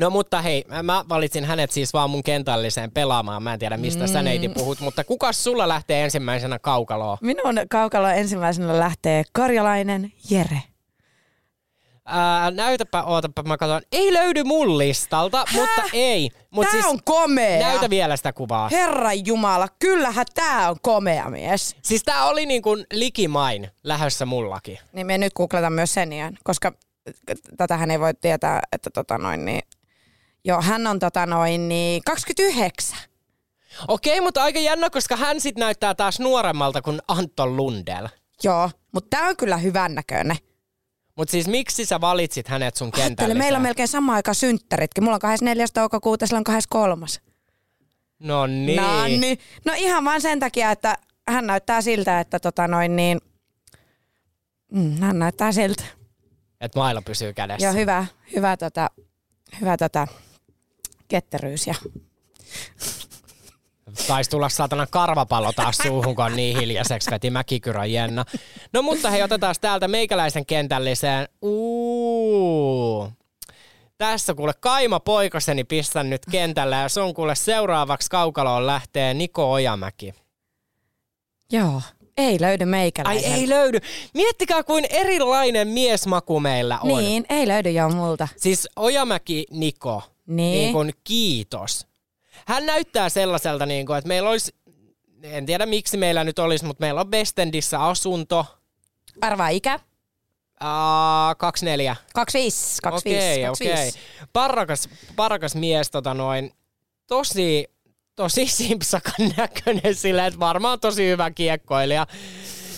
No mutta hei, mä- mä valitsin hänet siis vaan mun kentälliseen pelaamaan. Mä en tiedä mistä mm. sä neiti puhut, mutta kuka sulla lähtee ensimmäisenä kaukaloon? Minun kaukalla ensimmäisenä lähtee karjalainen Jere. Ää, näytäpä, ootapa, mä katson. Ei löydy mun listalta, mutta ei. Mut tää siis, on komea. näytä vielä sitä kuvaa. Herra Jumala, kyllähän tää on komea mies. Siis tää oli niin kuin likimain lähössä mullakin. Niin me nyt googletan myös sen iän, koska tätähän ei voi tietää, että tota noin niin. Joo, hän on tota noin niin 29. Okei, mutta aika jännä, koska hän sit näyttää taas nuoremmalta kuin Anton Lundell. Joo, mutta tää on kyllä hyvän näköinen. Mutta siis miksi sä valitsit hänet sun Tälle kentälliseen? meillä on melkein sama aika synttäritkin. Mulla on 24. toukokuuta, sillä on 23. No niin. Nanni. No ihan vaan sen takia, että hän näyttää siltä, että tota noin niin... Mm, hän näyttää siltä. Että mailla pysyy kädessä. Ja hyvä, hyvä, tota, hyvä tota, ketteryys ja Taisi tulla saatana karvapallo taas suuhun, kun on niin hiljaiseksi veti mäkikyrän jenna. No mutta hei, otetaan täältä meikäläisen kentälliseen. Uuu. Tässä kuule Kaima Poikaseni pistän nyt kentällä ja sun kuule seuraavaksi kaukaloon lähtee Niko Ojamäki. Joo. Ei löydy Ai meikäläisen. ei löydy. Miettikää kuin erilainen miesmaku meillä on. Niin, ei löydy jo multa. Siis Ojamäki Niko, Niin. niin. Niin kun, kiitos. Hän näyttää sellaiselta, niin kun, että meillä olisi, en tiedä miksi meillä nyt olisi, mutta meillä on Westendissä asunto, Arvaa ikä. Aa, 24. 25, 25, Okei, okei. 25. Parakas, parakas mies, tota noin, tosi, tosi simpsakan näköinen sillä, että varmaan tosi hyvä kiekkoilija.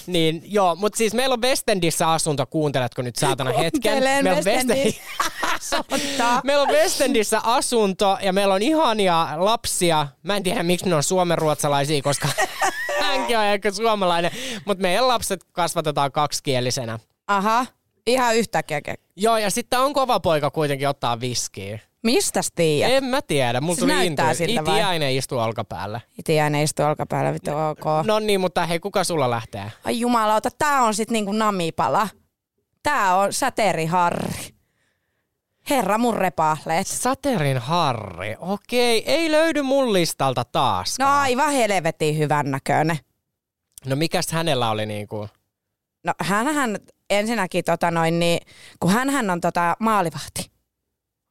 Niin joo, mutta siis meillä on Westendissä asunto, kuunteletko nyt saatana hetken? Kuuntelen Meillä on West Endin. Westen- Sotta. Meillä on Westendissä asunto ja meillä on ihania lapsia. Mä en tiedä, miksi ne on suomenruotsalaisia, koska hänkin on ehkä suomalainen. Mutta meidän lapset kasvatetaan kaksikielisenä. Aha, ihan yhtäkkiä. ke- Joo, ja sitten on kova poika kuitenkin ottaa viskiä. Mistäs tiedät? En mä tiedä, mulla Se tuli näyttää intu. siltä vai? Itiäinen istuu olkapäällä. Itiäinen istuu olkapäällä, vittu ok. No niin, mutta hei, kuka sulla lähtee? Ai jumalauta, tää on sit niinku namipala. Tää on säteriharri. Herra mun repahleet. Saterin Harri. Okei, ei löydy mun listalta taas. No aivan helvetin hyvän näköinen. no mikäs hänellä oli niinku? No hänhän ensinnäkin, tota noin, niin, kun hänhän on tota maalivahti,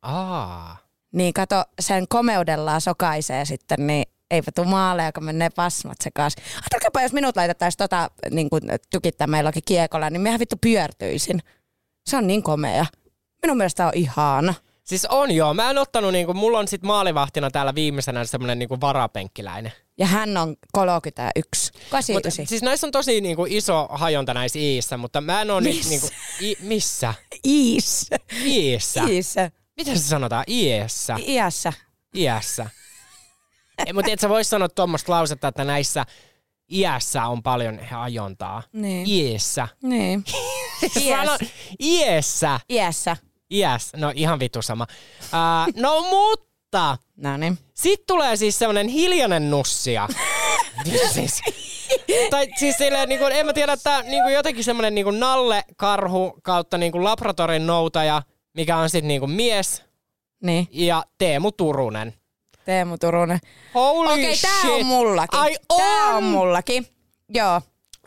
Aa. niin kato sen komeudellaan sokaisee sitten, niin eipä tuu maaleja, kun menee pasmat sekas. Ajatelkaapa, jos minut laitettaisiin tota niin kuin tykittämään jollakin kiekolla, niin mehän vittu pyörtyisin. Se on niin komea. Minun mielestä on ihana. Siis on joo. Mä en ottanut, niinku, mulla on sit maalivahtina täällä viimeisenä semmonen niinku varapenkkiläinen. Ja hän on 31. 89. siis näissä on tosi niinku, iso hajonta näissä iissä, mutta mä en oo niitä Missä? niinku... I, missä? Iis. Iissä? Iissä. Miten se sanotaan? Iessä? Iässä. Iässä. Mutta et sä voi sanoa tuommoista lausetta, että näissä iässä on paljon hajontaa. Niin. Iässä. Niin. Sano- Iässä. Iässä. Iässä. Iäs, no ihan vittu sama. Uh, no mutta laittaa. No niin. Sitten tulee siis semmonen hiljainen nussia. siis. tai siis silleen, niin kuin, en mä tiedä, että niin kuin jotenkin semmonen niin kuin Nalle Karhu kautta niin kuin laboratorin noutaja, mikä on sitten niin kuin mies, Niin, ja Teemu Turunen. Teemu Turunen. Holy Okei, shit. tää on mullakin. Ai Tää on! on mullakin. Joo,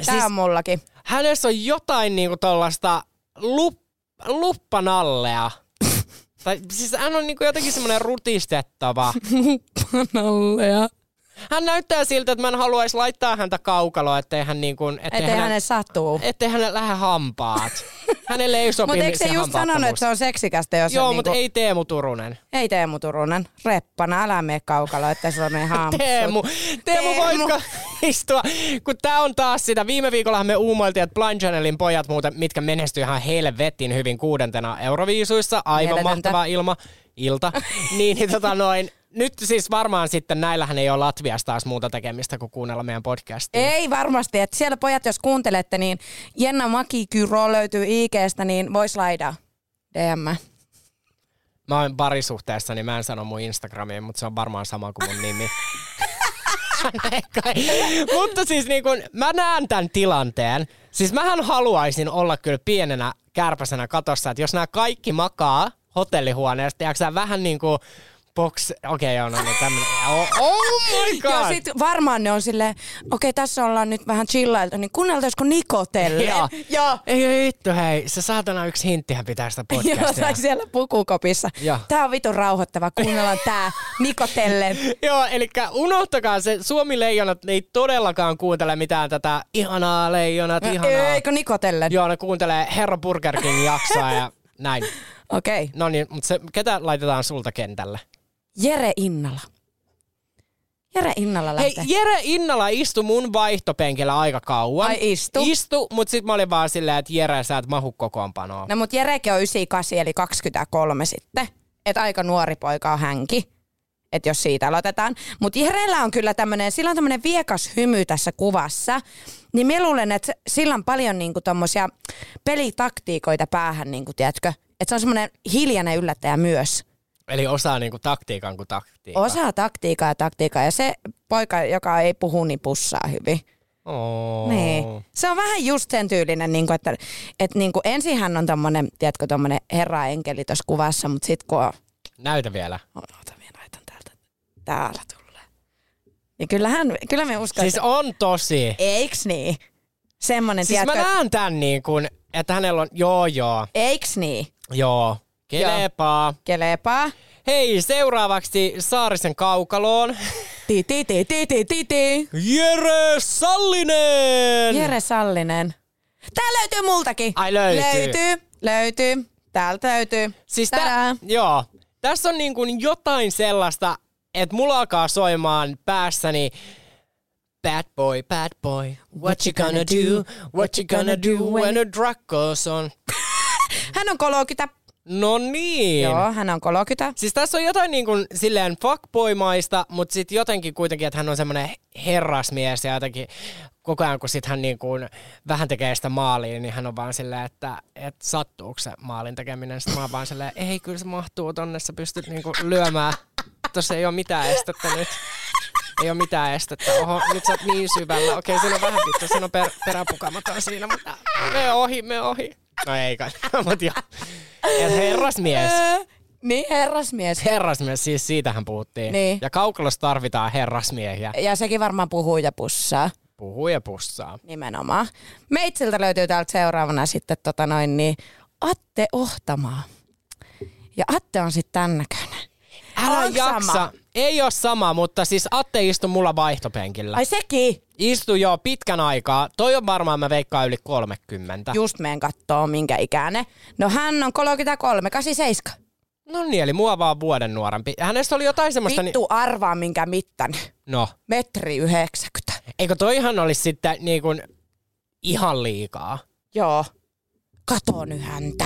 tää Siis- on mullakin. Hänessä on jotain niinku tollasta lup, luppanallea. tai siis hän on niinku jotenkin semmoinen rutistettava. Nallea. Hän näyttää siltä, että mä en haluaisi laittaa häntä kaukaloa, ettei hän niinku, ettei, Ettei hänen sattuu. ettei hänelle lähde hampaat. Hänelle ei sopi Mutta eikö se just hampaattomuus. sanonut, että se on seksikästä, jos Joo, on mutta niinku... ei Teemu Turunen. Ei Teemu Turunen, reppana, älä mene kaukalo, että niin sulla menee hampsut. Teemu, Teemu, Teemu. voitko istua? Kun tää on taas sitä, viime viikollahan me uumoiltiin, että Blind Channelin pojat muuten, mitkä menestyi ihan helvetin hyvin kuudentena Euroviisuissa, aivan Mieletöntä. mahtava ilma, ilta, niin, niin tota noin, nyt siis varmaan sitten näillähän ei ole Latviassa taas muuta tekemistä kuin kuunnella meidän podcastia. Ei varmasti, että siellä pojat, jos kuuntelette, niin Jenna Maki Kyro löytyy IGstä, niin vois laidaa DM. Oh Mä oon parisuhteessa, niin mä en sano mun Instagramiin, mutta se on varmaan sama kuin mun nimi. Ei kai. mutta siis niin kun, mä näen tämän tilanteen. Siis mähän haluaisin olla kyllä pienenä kärpäsenä katossa, että jos nämä kaikki makaa hotellihuoneessa, tiedätkö vähän niin kuin box... Okei, okay, on, on tämmönen. Oh, oh my god! Joo, sit varmaan ne on silleen, okei tässä ollaan nyt vähän chillailtu, niin kuunneltaisiko Nikotelle? Joo. Joo. Ei ei vittu, hei. Se saatana yksi hinttihän pitää sitä Joo, podcastia. tai siellä pukukopissa. Joo. Tää on vitun rauhoittava, kuunnellaan tää Nikotelle. Joo, eli unohtakaa se, Suomi Leijonat ei todellakaan kuuntele mitään tätä ihanaa leijonat, ihanaa. Eikö Nikotelle? Joo, ne kuuntelee Herra Burger King jaksoa ja näin. Okei. No niin, mutta se, ketä laitetaan sulta kentälle? Jere Innala. Jere Innala Hei, lähtee. Jere Innala istu mun vaihtopenkillä aika kauan. Ai istu? Istu, mutta sit mä olin vaan silleen, että Jere, sä et mahu kokoonpanoon. No mut Jerekin on 98 eli 23 sitten. Et aika nuori poika on hänki. Et jos siitä aloitetaan. Mut Jerellä on kyllä tämmönen, sillä on tämmönen viekas hymy tässä kuvassa. Niin mä luulen, että sillä on paljon niinku tommosia pelitaktiikoita päähän, niinku tiedätkö. Et se on semmonen hiljainen yllättäjä myös. Eli osaa niinku taktiikan kuin taktiikan. Osaa taktiikkaa ja taktiikkaa. Ja se poika, joka ei puhu, niin pussaa hyvin. Oo. Niin. Se on vähän just sen tyylinen, niin kuin, että, että niin kuin ensin hän on tommonen, tiedätkö, tommonen herraenkeli tuossa kuvassa, mutta sit kun on, Näytä vielä. on oota, minä laitan täältä, täällä tulee. Niin kyllähän, kyllä me uskon, Siis siis, on tosi. eiks niin? Semmonen, Siis mä tiedätkö, näen tän niin kuin, että hänellä on, joo joo, eiks niin? joo, kelepaa. Kelepaa. Hei, seuraavaksi Saarisen kaukaloon. Ti, ti, ti, ti, ti, ti, ti. Jere Sallinen! Jere Sallinen. Tää löytyy multakin. Ai löytyy. Löytyy, löytyy. Täältä löytyy. Siis Tadaa. tä, joo, tässä on niin kuin jotain sellaista, että mulla alkaa soimaan päässäni Bad boy, bad boy, what you gonna do, what you gonna do when a drug goes on. Hän on kolokytä. No niin. Joo, hän on kolokytä. Siis tässä on jotain niin kuin silleen fuckboy-maista, mutta sitten jotenkin kuitenkin, että hän on semmoinen herrasmies ja jotenkin koko ajan kun sit hän niin kuin vähän tekee sitä maaliin, niin hän on vaan silleen, että, että sattuuko se maalin tekeminen. Sitten mä oon vaan silleen, ei kyllä se mahtuu tonne, sä pystyt niin kuin lyömään. Tossa ei ole mitään estettä nyt. Ei ole mitään estettä. Oho, nyt sä oot niin syvällä. Okei, siinä on vähän vittu, siinä on per, peräpukamaton siinä, mutta me ohi, me ohi. No ei kai, mutta joo. Et herrasmies. Öö, niin, herrasmies. Herrasmies, siis siitähän puhuttiin. Niin. Ja kaukalossa tarvitaan herrasmiehiä. Ja sekin varmaan puhuu ja pussaa, Puhuu ja pussaa. nimenomaan. Meitsiltä löytyy täältä seuraavana sitten tota noin, niin Atte Ohtamaa. Ja Atte on sitten tämän näköinen. Älä Onks jaksa. sama? Ei ole sama, mutta siis Atte istui mulla vaihtopenkillä. Ai sekin Istui jo pitkän aikaa. Toi on varmaan mä veikkaan yli 30. just meidän kattoo, minkä ikäinen. No hän on 33, 87. No niin, eli mua vaan vuoden nuorempi. Hänestä oli jotain semmoista... Niin... Vittu arvaa minkä mittan. No, Metri 90. eikö toihan olisi sitten niin kuin ihan liikaa? Joo. Kato nyt häntä.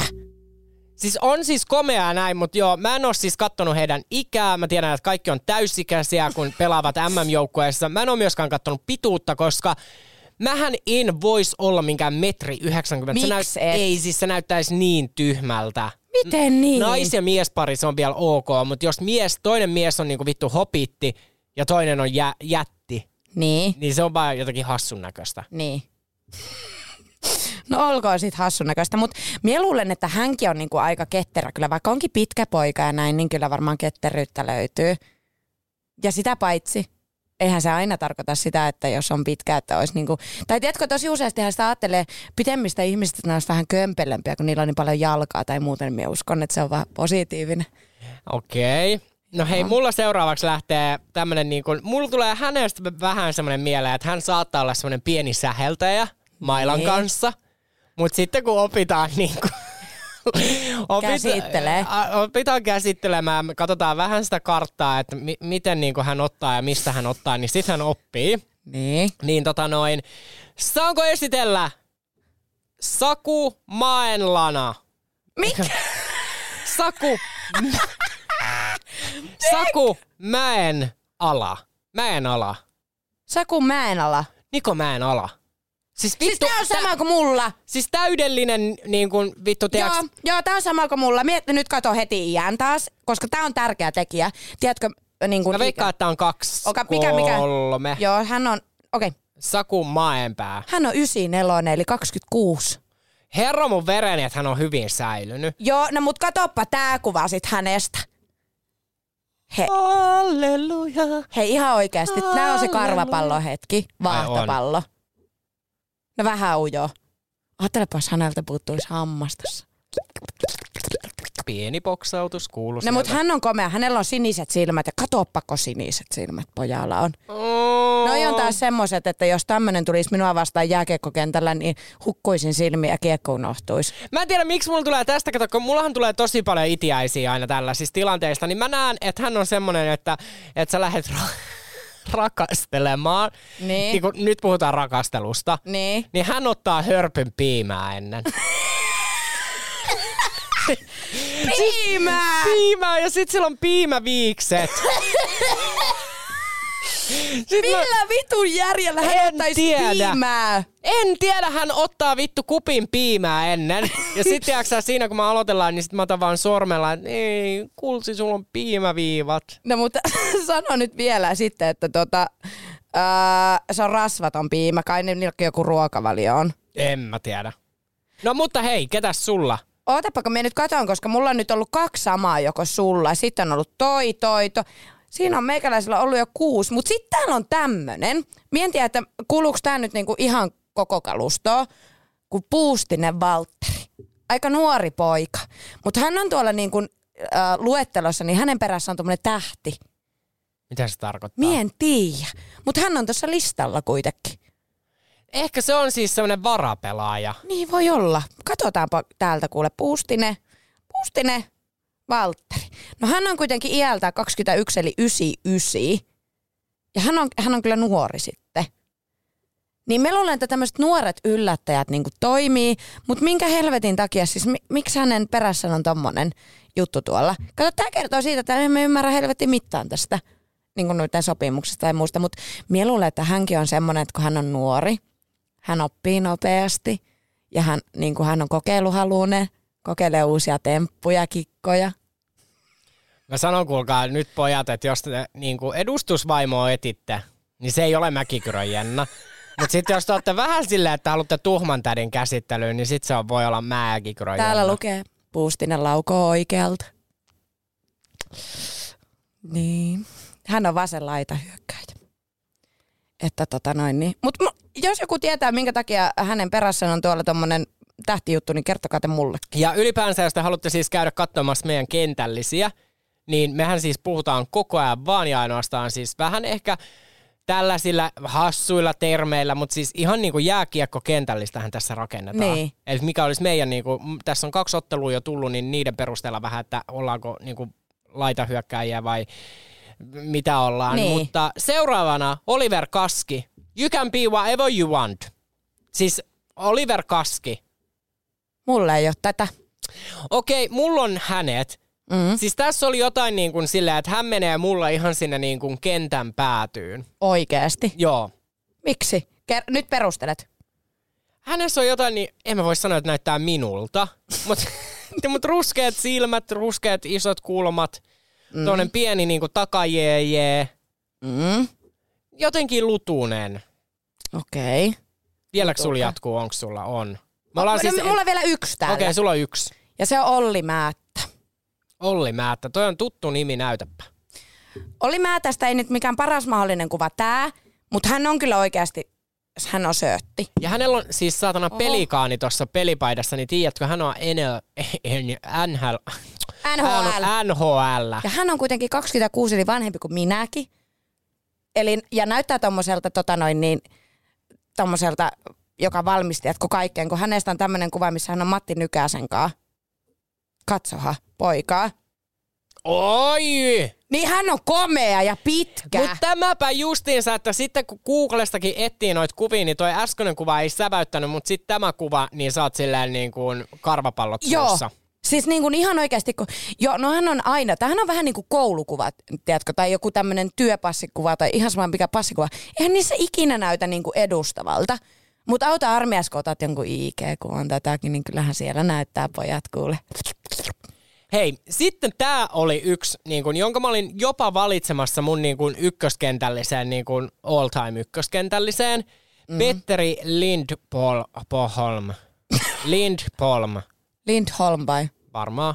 Siis on siis komeaa näin, mutta joo, mä en oo siis kattonut heidän ikää. Mä tiedän, että kaikki on täysikäisiä, kun pelaavat MM-joukkueessa. Mä en oo myöskään kattonut pituutta, koska mähän en vois olla minkään metri 90. se Miks näyt- et? Ei, siis se näyttäisi niin tyhmältä. Miten niin? Nais- ja miespari, se on vielä ok, mutta jos mies, toinen mies on niinku vittu hopitti ja toinen on jä, jätti, Niin. niin se on vaan jotakin hassun näköistä. Niin. No olkoon sit hassun näköistä, mutta minä luulen, että hänkin on niinku aika ketterä. Kyllä vaikka onkin pitkä poika ja näin, niin kyllä varmaan ketteryyttä löytyy. Ja sitä paitsi, eihän se aina tarkoita sitä, että jos on pitkä, että olisi niinku... Tai tiedätkö, tosi useastihan sitä ajattelee pitemmistä ihmisistä, että ne olisi vähän kömpelempiä, kun niillä on niin paljon jalkaa tai muuten. Minä uskon, että se on vaan positiivinen. Okei. Okay. No hei, mulla seuraavaksi lähtee tämmönen niin kuin, mulla tulee hänestä vähän semmonen mieleen, että hän saattaa olla semmonen pieni säheltäjä mailan Niin. kanssa. Mutta sitten kun opitaan niin kuin, Käsittelee. opitaan käsittelemään, me katsotaan vähän sitä karttaa, että mi- miten niin kuin hän ottaa ja mistä hän ottaa, niin sitten hän oppii. Niin. Niin tota noin, saanko esitellä Saku Maenlana? Mikä? Saku. Saku Mäen ala. Mäen ala. Saku Mäenala. Niko Mäen ala. Siis Siis vittu, tää on sama kuin mulla. siis täydellinen niin kuin, vittu, tiiäks, Joo, joo tämä on sama kuin mulla. Mietti nyt kato heti iän taas, koska tämä on tärkeä tekijä. Tiedätkö, niin kuin... mä veikkaan, että tää on kaksi, Oka- mikä- mikä? kolme. Joo, hän on, okei, okay. Saku Maenpää. hän on 94, eli 26. Herra mun vereni, että hän on hyvin säilynyt. Joo, no mut katoppa tää kuva sit hänestä. He, Halleluja. hei ihan oikeasti, tää on se karvapallohetki, vaahtopallo. No vähän ujo. Ajattelepas häneltä puuttuisi hammastus. Pieni boksautus kuuluu No mut sieltä. hän on komea, hänellä on siniset silmät ja katoppako siniset silmät pojalla on. Oh. Noi on taas semmoset, että jos tämmönen tulisi minua vastaan jääkiekkokentällä, niin hukkuisin silmiä ja kiekko unohtuisi. Mä en tiedä, miksi mulla tulee tästä, kato, kun mullahan tulee tosi paljon itiäisiä aina tällaisista tilanteista, niin mä näen, että hän on semmonen, että, että sä lähdet ra- rakastelemaan. Niin. Niin kun nyt puhutaan rakastelusta. Niin. Niin hän ottaa hörpyn piimää ennen. Siis Piimää! piimää ja sit sillä on piimäviikset. Sit Siis mä- Millä vitun järjellä En hän ottaisi tiedä. piimää? En tiedä, hän ottaa vittu kupin piimää ennen. Ja sit tiiäksä, siinä kun mä aloitellaan, niin sit mä otan vaan sormella, että ei, kulsi, sulla on piimäviivat. No mutta sano nyt vielä sitten, että tota, ää, se on rasvaton piimä, kai ne- niillä joku ruokavalio on. En mä tiedä. No mutta hei, ketäs sulla? Ootapa, kun mä nyt katon, koska mulla on nyt ollut kaksi samaa joko sulla. Sitten on ollut toi, toi, toi. Siinä on meikäläisellä ollut jo kuusi, mutta sitten täällä on tämmönen. Mä en tiedä, että kuuluuko tää nyt niinku ihan koko kalustoa, kuin Puustinen Valtteri. Aika nuori poika. Mutta hän on tuolla niinku, äh, luettelossa, niin hänen perässä on tuommoinen tähti. Mitä se tarkoittaa? Mien en tiedä, mutta hän on tuossa listalla kuitenkin. Ehkä se on siis semmonen varapelaaja. Niin voi olla. Katsotaanpa täältä kuule Puustinen. Puustinen Valtteri. No hän on kuitenkin iältään 21 eli 99. Ja hän on, hän on kyllä nuori sitten. Niin me luulen, että tämmöiset nuoret yllättäjät niin toimii, mutta minkä helvetin takia, siis mi- miksi hänen perässään on tommonen juttu tuolla? Kato, tämä kertoo siitä, että emme ymmärrä helvetin mittaan tästä niin kuin noiden sopimuksesta tai muusta, mutta minä luulen, että hänkin on semmoinen, että kun hän on nuori, hän oppii nopeasti ja hän, niin kuin hän on kokeiluhaluinen, kokeilee uusia temppuja, kikkoja. Mä sanon kuulkaa nyt pojat, että jos te niinku edustusvaimoa etitte, niin se ei ole mäkikyrön Jenna. Mut sitten jos te olette vähän silleen, että haluatte tuhman tädin käsittelyyn, niin sit se on, voi olla mäkikyrön Täällä Jenna. lukee, puustinen laukoo oikealta. Niin. Hän on vasen laita hyökkäjä. Että tota noin niin. Mut mu- jos joku tietää, minkä takia hänen perässään on tuolla tommonen tähtijuttu, niin kertokaa te mulle. Ja ylipäänsä, jos te haluatte siis käydä katsomassa meidän kentällisiä, niin mehän siis puhutaan koko ajan vaan ja ainoastaan siis vähän ehkä tällaisilla hassuilla termeillä, mutta siis ihan niin kuin jääkiekkokentällistähän tässä rakennetaan. Niin. Eli mikä olisi meidän, niin kuin, tässä on kaksi ottelua jo tullut, niin niiden perusteella vähän, että ollaanko niin kuin laitahyökkäjiä vai mitä ollaan. Niin. Mutta seuraavana Oliver Kaski. You can be whatever you want. Siis Oliver Kaski. Mulla ei ole tätä. Okei, mulla on hänet. Mm. Siis tässä oli jotain niin kuin sillä, että hän menee mulla ihan sinne niin kuin kentän päätyyn. Oikeesti. Joo. Miksi? Ker- nyt perustelet. Hänessä on jotain, niin en mä voi sanoa, että näyttää minulta, mutta mut ruskeat silmät, ruskeat isot kulmat, mm. toinen pieni niinku takajeejee, Mm. jotenkin lutunen. Okei. Okay. Vieläkö sulla jatkuu, onks sulla on? Me ollaan Siis siis... mulla on vielä yksi täällä. Okei, Okay. okay, sulla on yksi. Ja se on Olli Määttä. Olli Määttä, toi on tuttu nimi, näytäpä. Olli Määtästä ei nyt mikään paras mahdollinen kuva tää, mutta hän on kyllä oikeasti, hän on söötti. Ja hänellä on siis saatana Oho. pelikaani tuossa pelipaidassa, niin tiedätkö, hän on NL, NHL, NHL. NHL. Ja hän on kuitenkin 26 eli vanhempi kuin minäkin. Eli, ja näyttää tommoselta, tota noin, niin, tommoselta joka valmisti, että kun kaikkeen, kun hänestä on tämmöinen kuva, missä hän on Matti Nykäsen kanssa. Katsoha, poikaa. Oi! Niin hän on komea ja pitkä. Mutta tämäpä justiinsa, että sitten kun Googlestakin etsii noita kuvia, niin toi äskeinen kuva ei säväyttänyt, mutta sitten tämä kuva, niin sä oot silleen niin kuin karvapallot Joo. suussa. Siis niin kuin ihan oikeasti, kun, joo, no hän on aina, tämähän on vähän niin kuin koulukuvat, tiedätkö, tai joku tämmöinen työpassikuva tai ihan sama mikä passikuva. Eihän niissä ikinä näytä niin kuin edustavalta. Mutta auta armias, kun otat jonkun IG-kuvan tätäkin, niin kyllähän siellä näyttää pojat kuule. Hei, sitten tämä oli yksi, niin kun, jonka mä olin jopa valitsemassa mun niin kun, ykköskentälliseen, niin kun, all time ykköskentälliseen. Mhm. Mm. Petteri Lindpol-Poholm. Lindpolm, Lindholm vai? varmaan.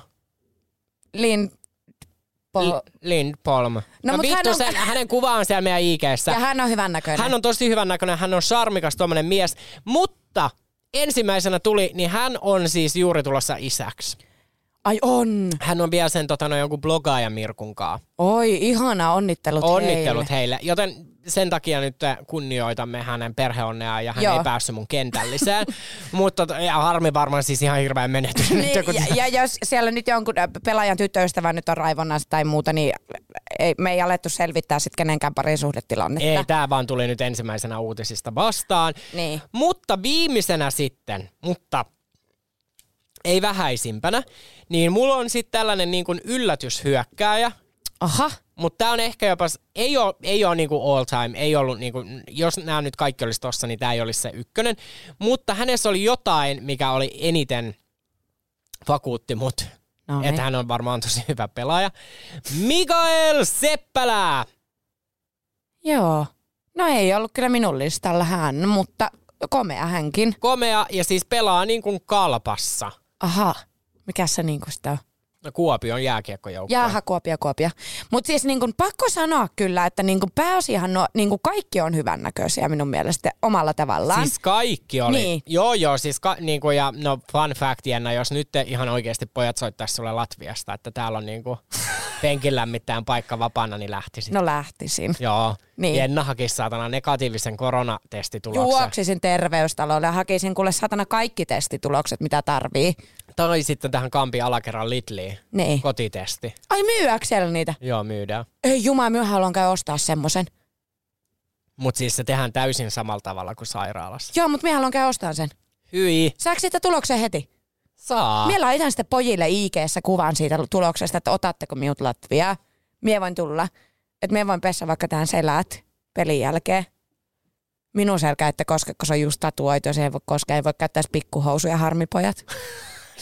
Lind... L- Pol- Lindpolm. No, mut vittu, hän on- sen, hänen kuva on siellä meidän IG-ssä. ja hän on hyvän näköinen. Hän on tosi hyvän näköinen, hän on charmikas tuommoinen mies, mutta ensimmäisenä tuli, niin hän on siis juuri tulossa isäksi. Ai on. Hän on vielä sen tota, no, jonkun blogaajan Mirkun kaa. Oi, ihana onnittelut, Onnittelut heille. heille. Joten sen takia nyt kunnioitamme hänen perheonneaan ja hän Joo. Joo. ei päässyt mun kentälliseen. Mutta to- tota, ja harmi varmaan siis ihan hirveän menetys. nyt, kun- Niin, ja, ja, jos siellä nyt jonkun äh, pelaajan tyttöystävä nyt on raivonnassa tai muuta, niin ei, me ei alettu selvittää sitten kenenkään parisuhdetilannetta. Ei, tämä vaan tuli nyt ensimmäisenä uutisista vastaan. Niin. Mutta viimeisenä sitten, mutta ei vähäisimpänä, niin mulla on sitten tällainen niin kuin yllätyshyökkääjä, Aha. mutta tämä on ehkä jopa, s- ei ole, ei ole niinku all time, ei ollut niinku, jos nämä nyt kaikki olisi tossa, niin tämä ei olisi se ykkönen. Mutta hänessä oli jotain, mikä oli eniten vakuutti mut, No niin. että hän on varmaan tosi hyvä pelaaja. Mikael Seppälä! Joo. No ei ollut kyllä minun listalla hän, mutta komea hänkin. Komea ja siis pelaa niin kuin kalpassa. Aha. Mikä se niinku sitä on? No, Kuopion jääkiekkojoukkue. Jaaha, Kuopio, Kuopio. Mutta siis niinku, pakko sanoa kyllä, että niinku, pääosiahan no, niinku, kaikki on hyvännäköisiä minun mielestä omalla tavallaan. Siis kaikki oli. Niin. Niin. Joo, joo, siis ka, niin kuin, ja no fun fact Jenna, jos nyt te ihan oikeasti pojat soittaisi sulle Latviasta, että täällä on niin kuin penkin lämmittäjän paikka vapaana, niin lähtisit. No. No lähtisin. Joo. Niin. Niin. Jenna hakisi saatana negatiivisen koronatestituloksen. Juoksisin terveystalolle ja hakisin kuule satana kaikki testitulokset, mitä tarvii. Tai sitten tähän Kampi alakerran Lidliin. Niin. Kotitesti. Ai myyäkö siellä niitä? Joo, myydään. Ei jumala, minä haluan käydä ostaa semmosen. Mutta siis se tehdään täysin samalla tavalla kuin sairaalassa. Joo, mutta minä haluan käydä ostaa sen. Hyi, Saako siitä tuloksen heti? saa. Mie laitan sitten pojille ig kuvan siitä tuloksesta, että otatteko minut Latviaa. Mie voin tulla. Että mie voin pessä vaikka tähän selät pelin jälkeen. Minun selkä ette koske, kun se on just tatuoitu ja se ei voi koskea. Ei voi käyttää edes pikkuhousuja, harmipojat.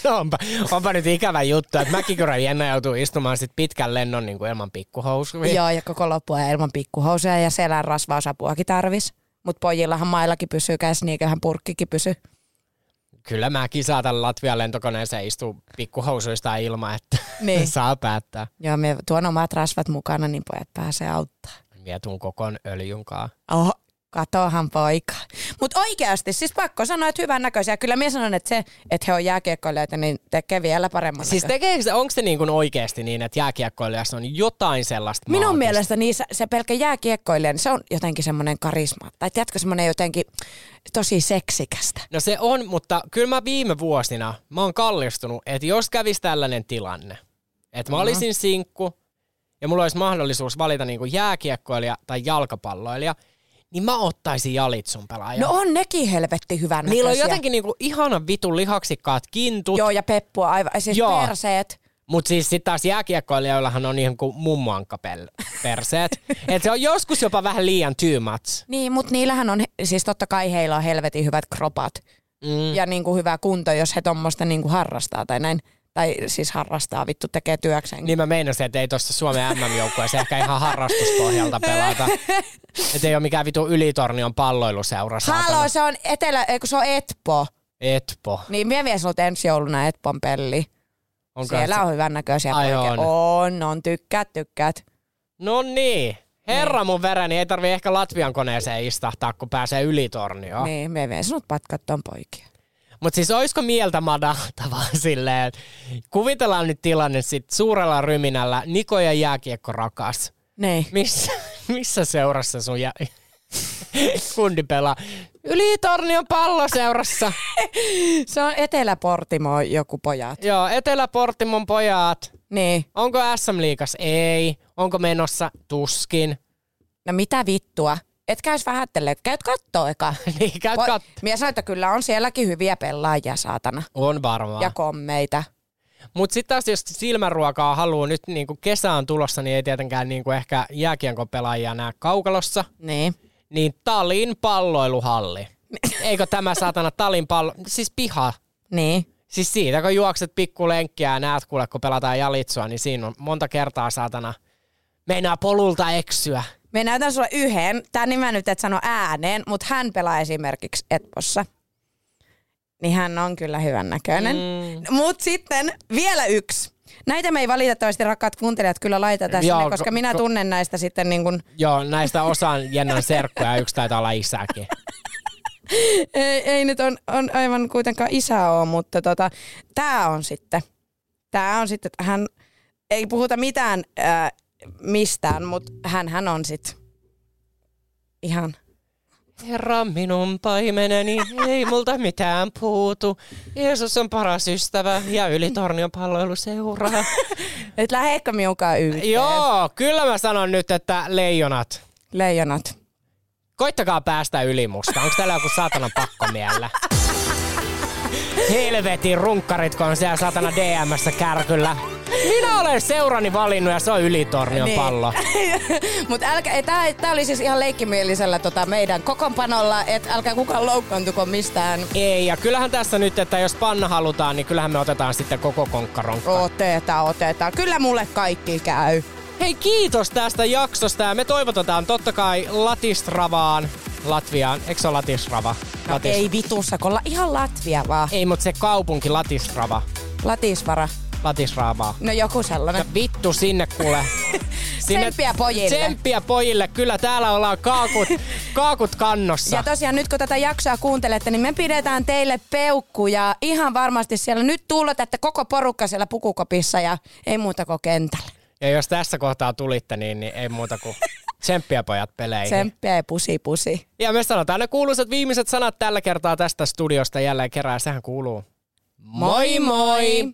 No onpa, onpa nyt ikävä juttu, että mäkin kun Jenna joutuu istumaan sit pitkän lennon niin kuin ilman pikkuhousuja. Joo, ja koko loppua ilman pikkuhousuja ja selän rasvausapuakin tarvis. Mut pojillahan mailakin pysyy, käs niiköhän purkkikin pysyy. Kyllä mäkin saatan Latvian lentokoneeseen istua pikkuhousuista ilman, että Niin. niin. saa päättää. Joo, me tuon omat rasvat mukana, niin pojat pääsee auttaa. Mie tuun kokoon öljynkaa. Oho. Katohan poika. Mutta oikeasti, siis pakko sanoa, että hyvän näköisiä. Kyllä minä sanon, että se, että he on jääkiekkoilijoita, niin tekee vielä paremman Siis näköisiä. tekeekö se, onko se niin kuin oikeasti niin, että jääkiekkoilijassa on jotain sellaista Minun maagista? mielestä niin se, se pelkkä jääkiekkoilija, niin se on jotenkin semmoinen karisma. Tai tiedätkö, semmoinen jotenkin tosi seksikästä. No se on, mutta kyllä mä viime vuosina, mä oon kallistunut, että jos kävisi tällainen tilanne, että mä olisin sinkku ja mulla olisi mahdollisuus valita niin kuin jääkiekkoilija tai jalkapalloilija, niin mä ottaisin jalitsun pelaajan. No on nekin helvetti hyvän Niillä on niin näköisiä. jotenkin niinku ihana vitun lihaksikkaat kintut. Joo, ja peppua aivan. Siis Joo. Joo. perseet. Mutta siis sitten taas jääkiekkoilijoillahan on ihan kuin mummoankka pel- perseet. Et se on joskus jopa vähän liian too much. Niin, mutta niillähän on, siis totta kai heillä on helvetin hyvät kropat Mm. ja niin kuin hyvä kunto, jos he tuommoista niin kuin harrastaa tai näin. Tai siis harrastaa, vittu tekee työkseen. Niin mä meinasin, että ei tuossa Suomen MM-joukkueessa ehkä ihan harrastuspohjalta pelata. Että ei ole mikään vitu ylitornion palloiluseura. saatana. Halo, se on etelä, ei kun se on Etpo. Etpo. Niin mä vien sinut ensi jouluna Etpon pelli. Onko Siellä on hyvännäköisiä Ai poikia. on. On, on, tykkäät, tykkäät. No niin. Herra mun vereni, ei tarvi ehkä Latvian koneeseen istahtaa, kun pääsee ylitornioon. Niin. Niin, mä vien sinut patkattoon poikia. Mutta siis oisko mieltä madahtavaa silleen, että kuvitellaan nyt tilanne sit suurella ryminällä, Niko ja jääkiekko rakas. Niin. Missä, missä seurassa sun jä... kundi pelaa? Ylitornion palloseurassa. Se on Eteläportimo joku pojat. Joo, Eteläportimon pojat. Niin. Onko SM Liikas? Ei. Onko menossa? Tuskin. No mitä vittua? Et käys vähättelee, käyt kattoo eka. niin, käy Po- kat... Mies sanoi, että kyllä on sielläkin hyviä pelaajia, saatana. On varmaan. Ja kommeita. Mutta sitten taas, jos silmänruokaa haluaa nyt niin kuin kesä on tulossa, niin ei tietenkään niin kuin ehkä jääkiekon pelaajia näe kaukalossa, Niin. niin Talin palloiluhalli. Eikö tämä saatana Talin pallo, siis piha. Niin. Siis siitä, kun juokset pikku lenkkiä ja näet kuule, kun pelataan jalitsua, niin siinä on monta kertaa saatana meinaa polulta eksyä. Me näytän sulle yhden. Tää nimeä nyt et sano ääneen, mutta hän pelaa esimerkiksi Etpossa. Niin hän on kyllä hyvän näköinen. Mm. Mut sitten vielä yksi. Näitä me ei valitettavasti, rakkaat kuuntelijat, kyllä laiteta Joo, sinne, koska ko- minä ko- tunnen näistä sitten niin kuin Joo, näistä osaan Jennan serkkuja, yksi taitaa olla isäkin. ei, ei nyt on, on aivan kuitenkaan isä ole, mutta tota, tämä on sitten. Tämä on sitten, että hän ei puhuta mitään ää, mistään, mutta hän, hän on sitten ihan. Herra minun paimeneni, ei multa mitään puutu. Jeesus on paras ystävä ja ylitornion palloilu seuraa. Et lähetkö miukaan yhteen? Joo, kyllä mä sanon nyt, että leijonat. Leijonat. Koittakaa päästä yli musta. Onko täällä joku saatanan pakko miellä? Helvetin runkkarit, kun on siellä saatana DMssä kärkyllä. Minä olen seurani valinnut ja se on ylitornion Niin. pallo. Mutta älkää, ei, tää, tää oli siis ihan leikkimielisellä tota meidän kokoonpanolla, että älkää kukaan loukkaantuko mistään. Ei, ja kyllähän tässä nyt, että jos panna halutaan, niin kyllähän me otetaan sitten koko konkkaronkka. Otetaan, otetaan. Kyllä mulle kaikki käy. Hei kiitos tästä jaksosta ja me toivotetaan totta kai Latistravaan, Latviaan, eikö se ole Latistrava? No, ei vitussa, kun olla ihan Latvia vaan. ei mut se kaupunki Latistrava, Latisvara. Latisravaa. No joku sellainen. Ja vittu sinne kuule. Tsemppiä pojille. Tsemppiä pojille, kyllä täällä ollaan kaakut, kaakut kannossa. Ja tosiaan nyt kun tätä jaksoa kuuntelette, niin me pidetään teille peukkuja. Ihan varmasti siellä nyt tuulotatte koko porukka siellä pukukopissa ja ei muuta kuin kentälle. ja jos tässä kohtaa tulitte, niin, niin ei muuta kuin tsemppiä pojat peleihin. Tsemppiä ja pusi pusi. Ja me sanotaan ne kuuluisat viimeiset sanat tällä kertaa tästä studiosta jälleen kerran. ja Sehän kuuluu. moi! moi.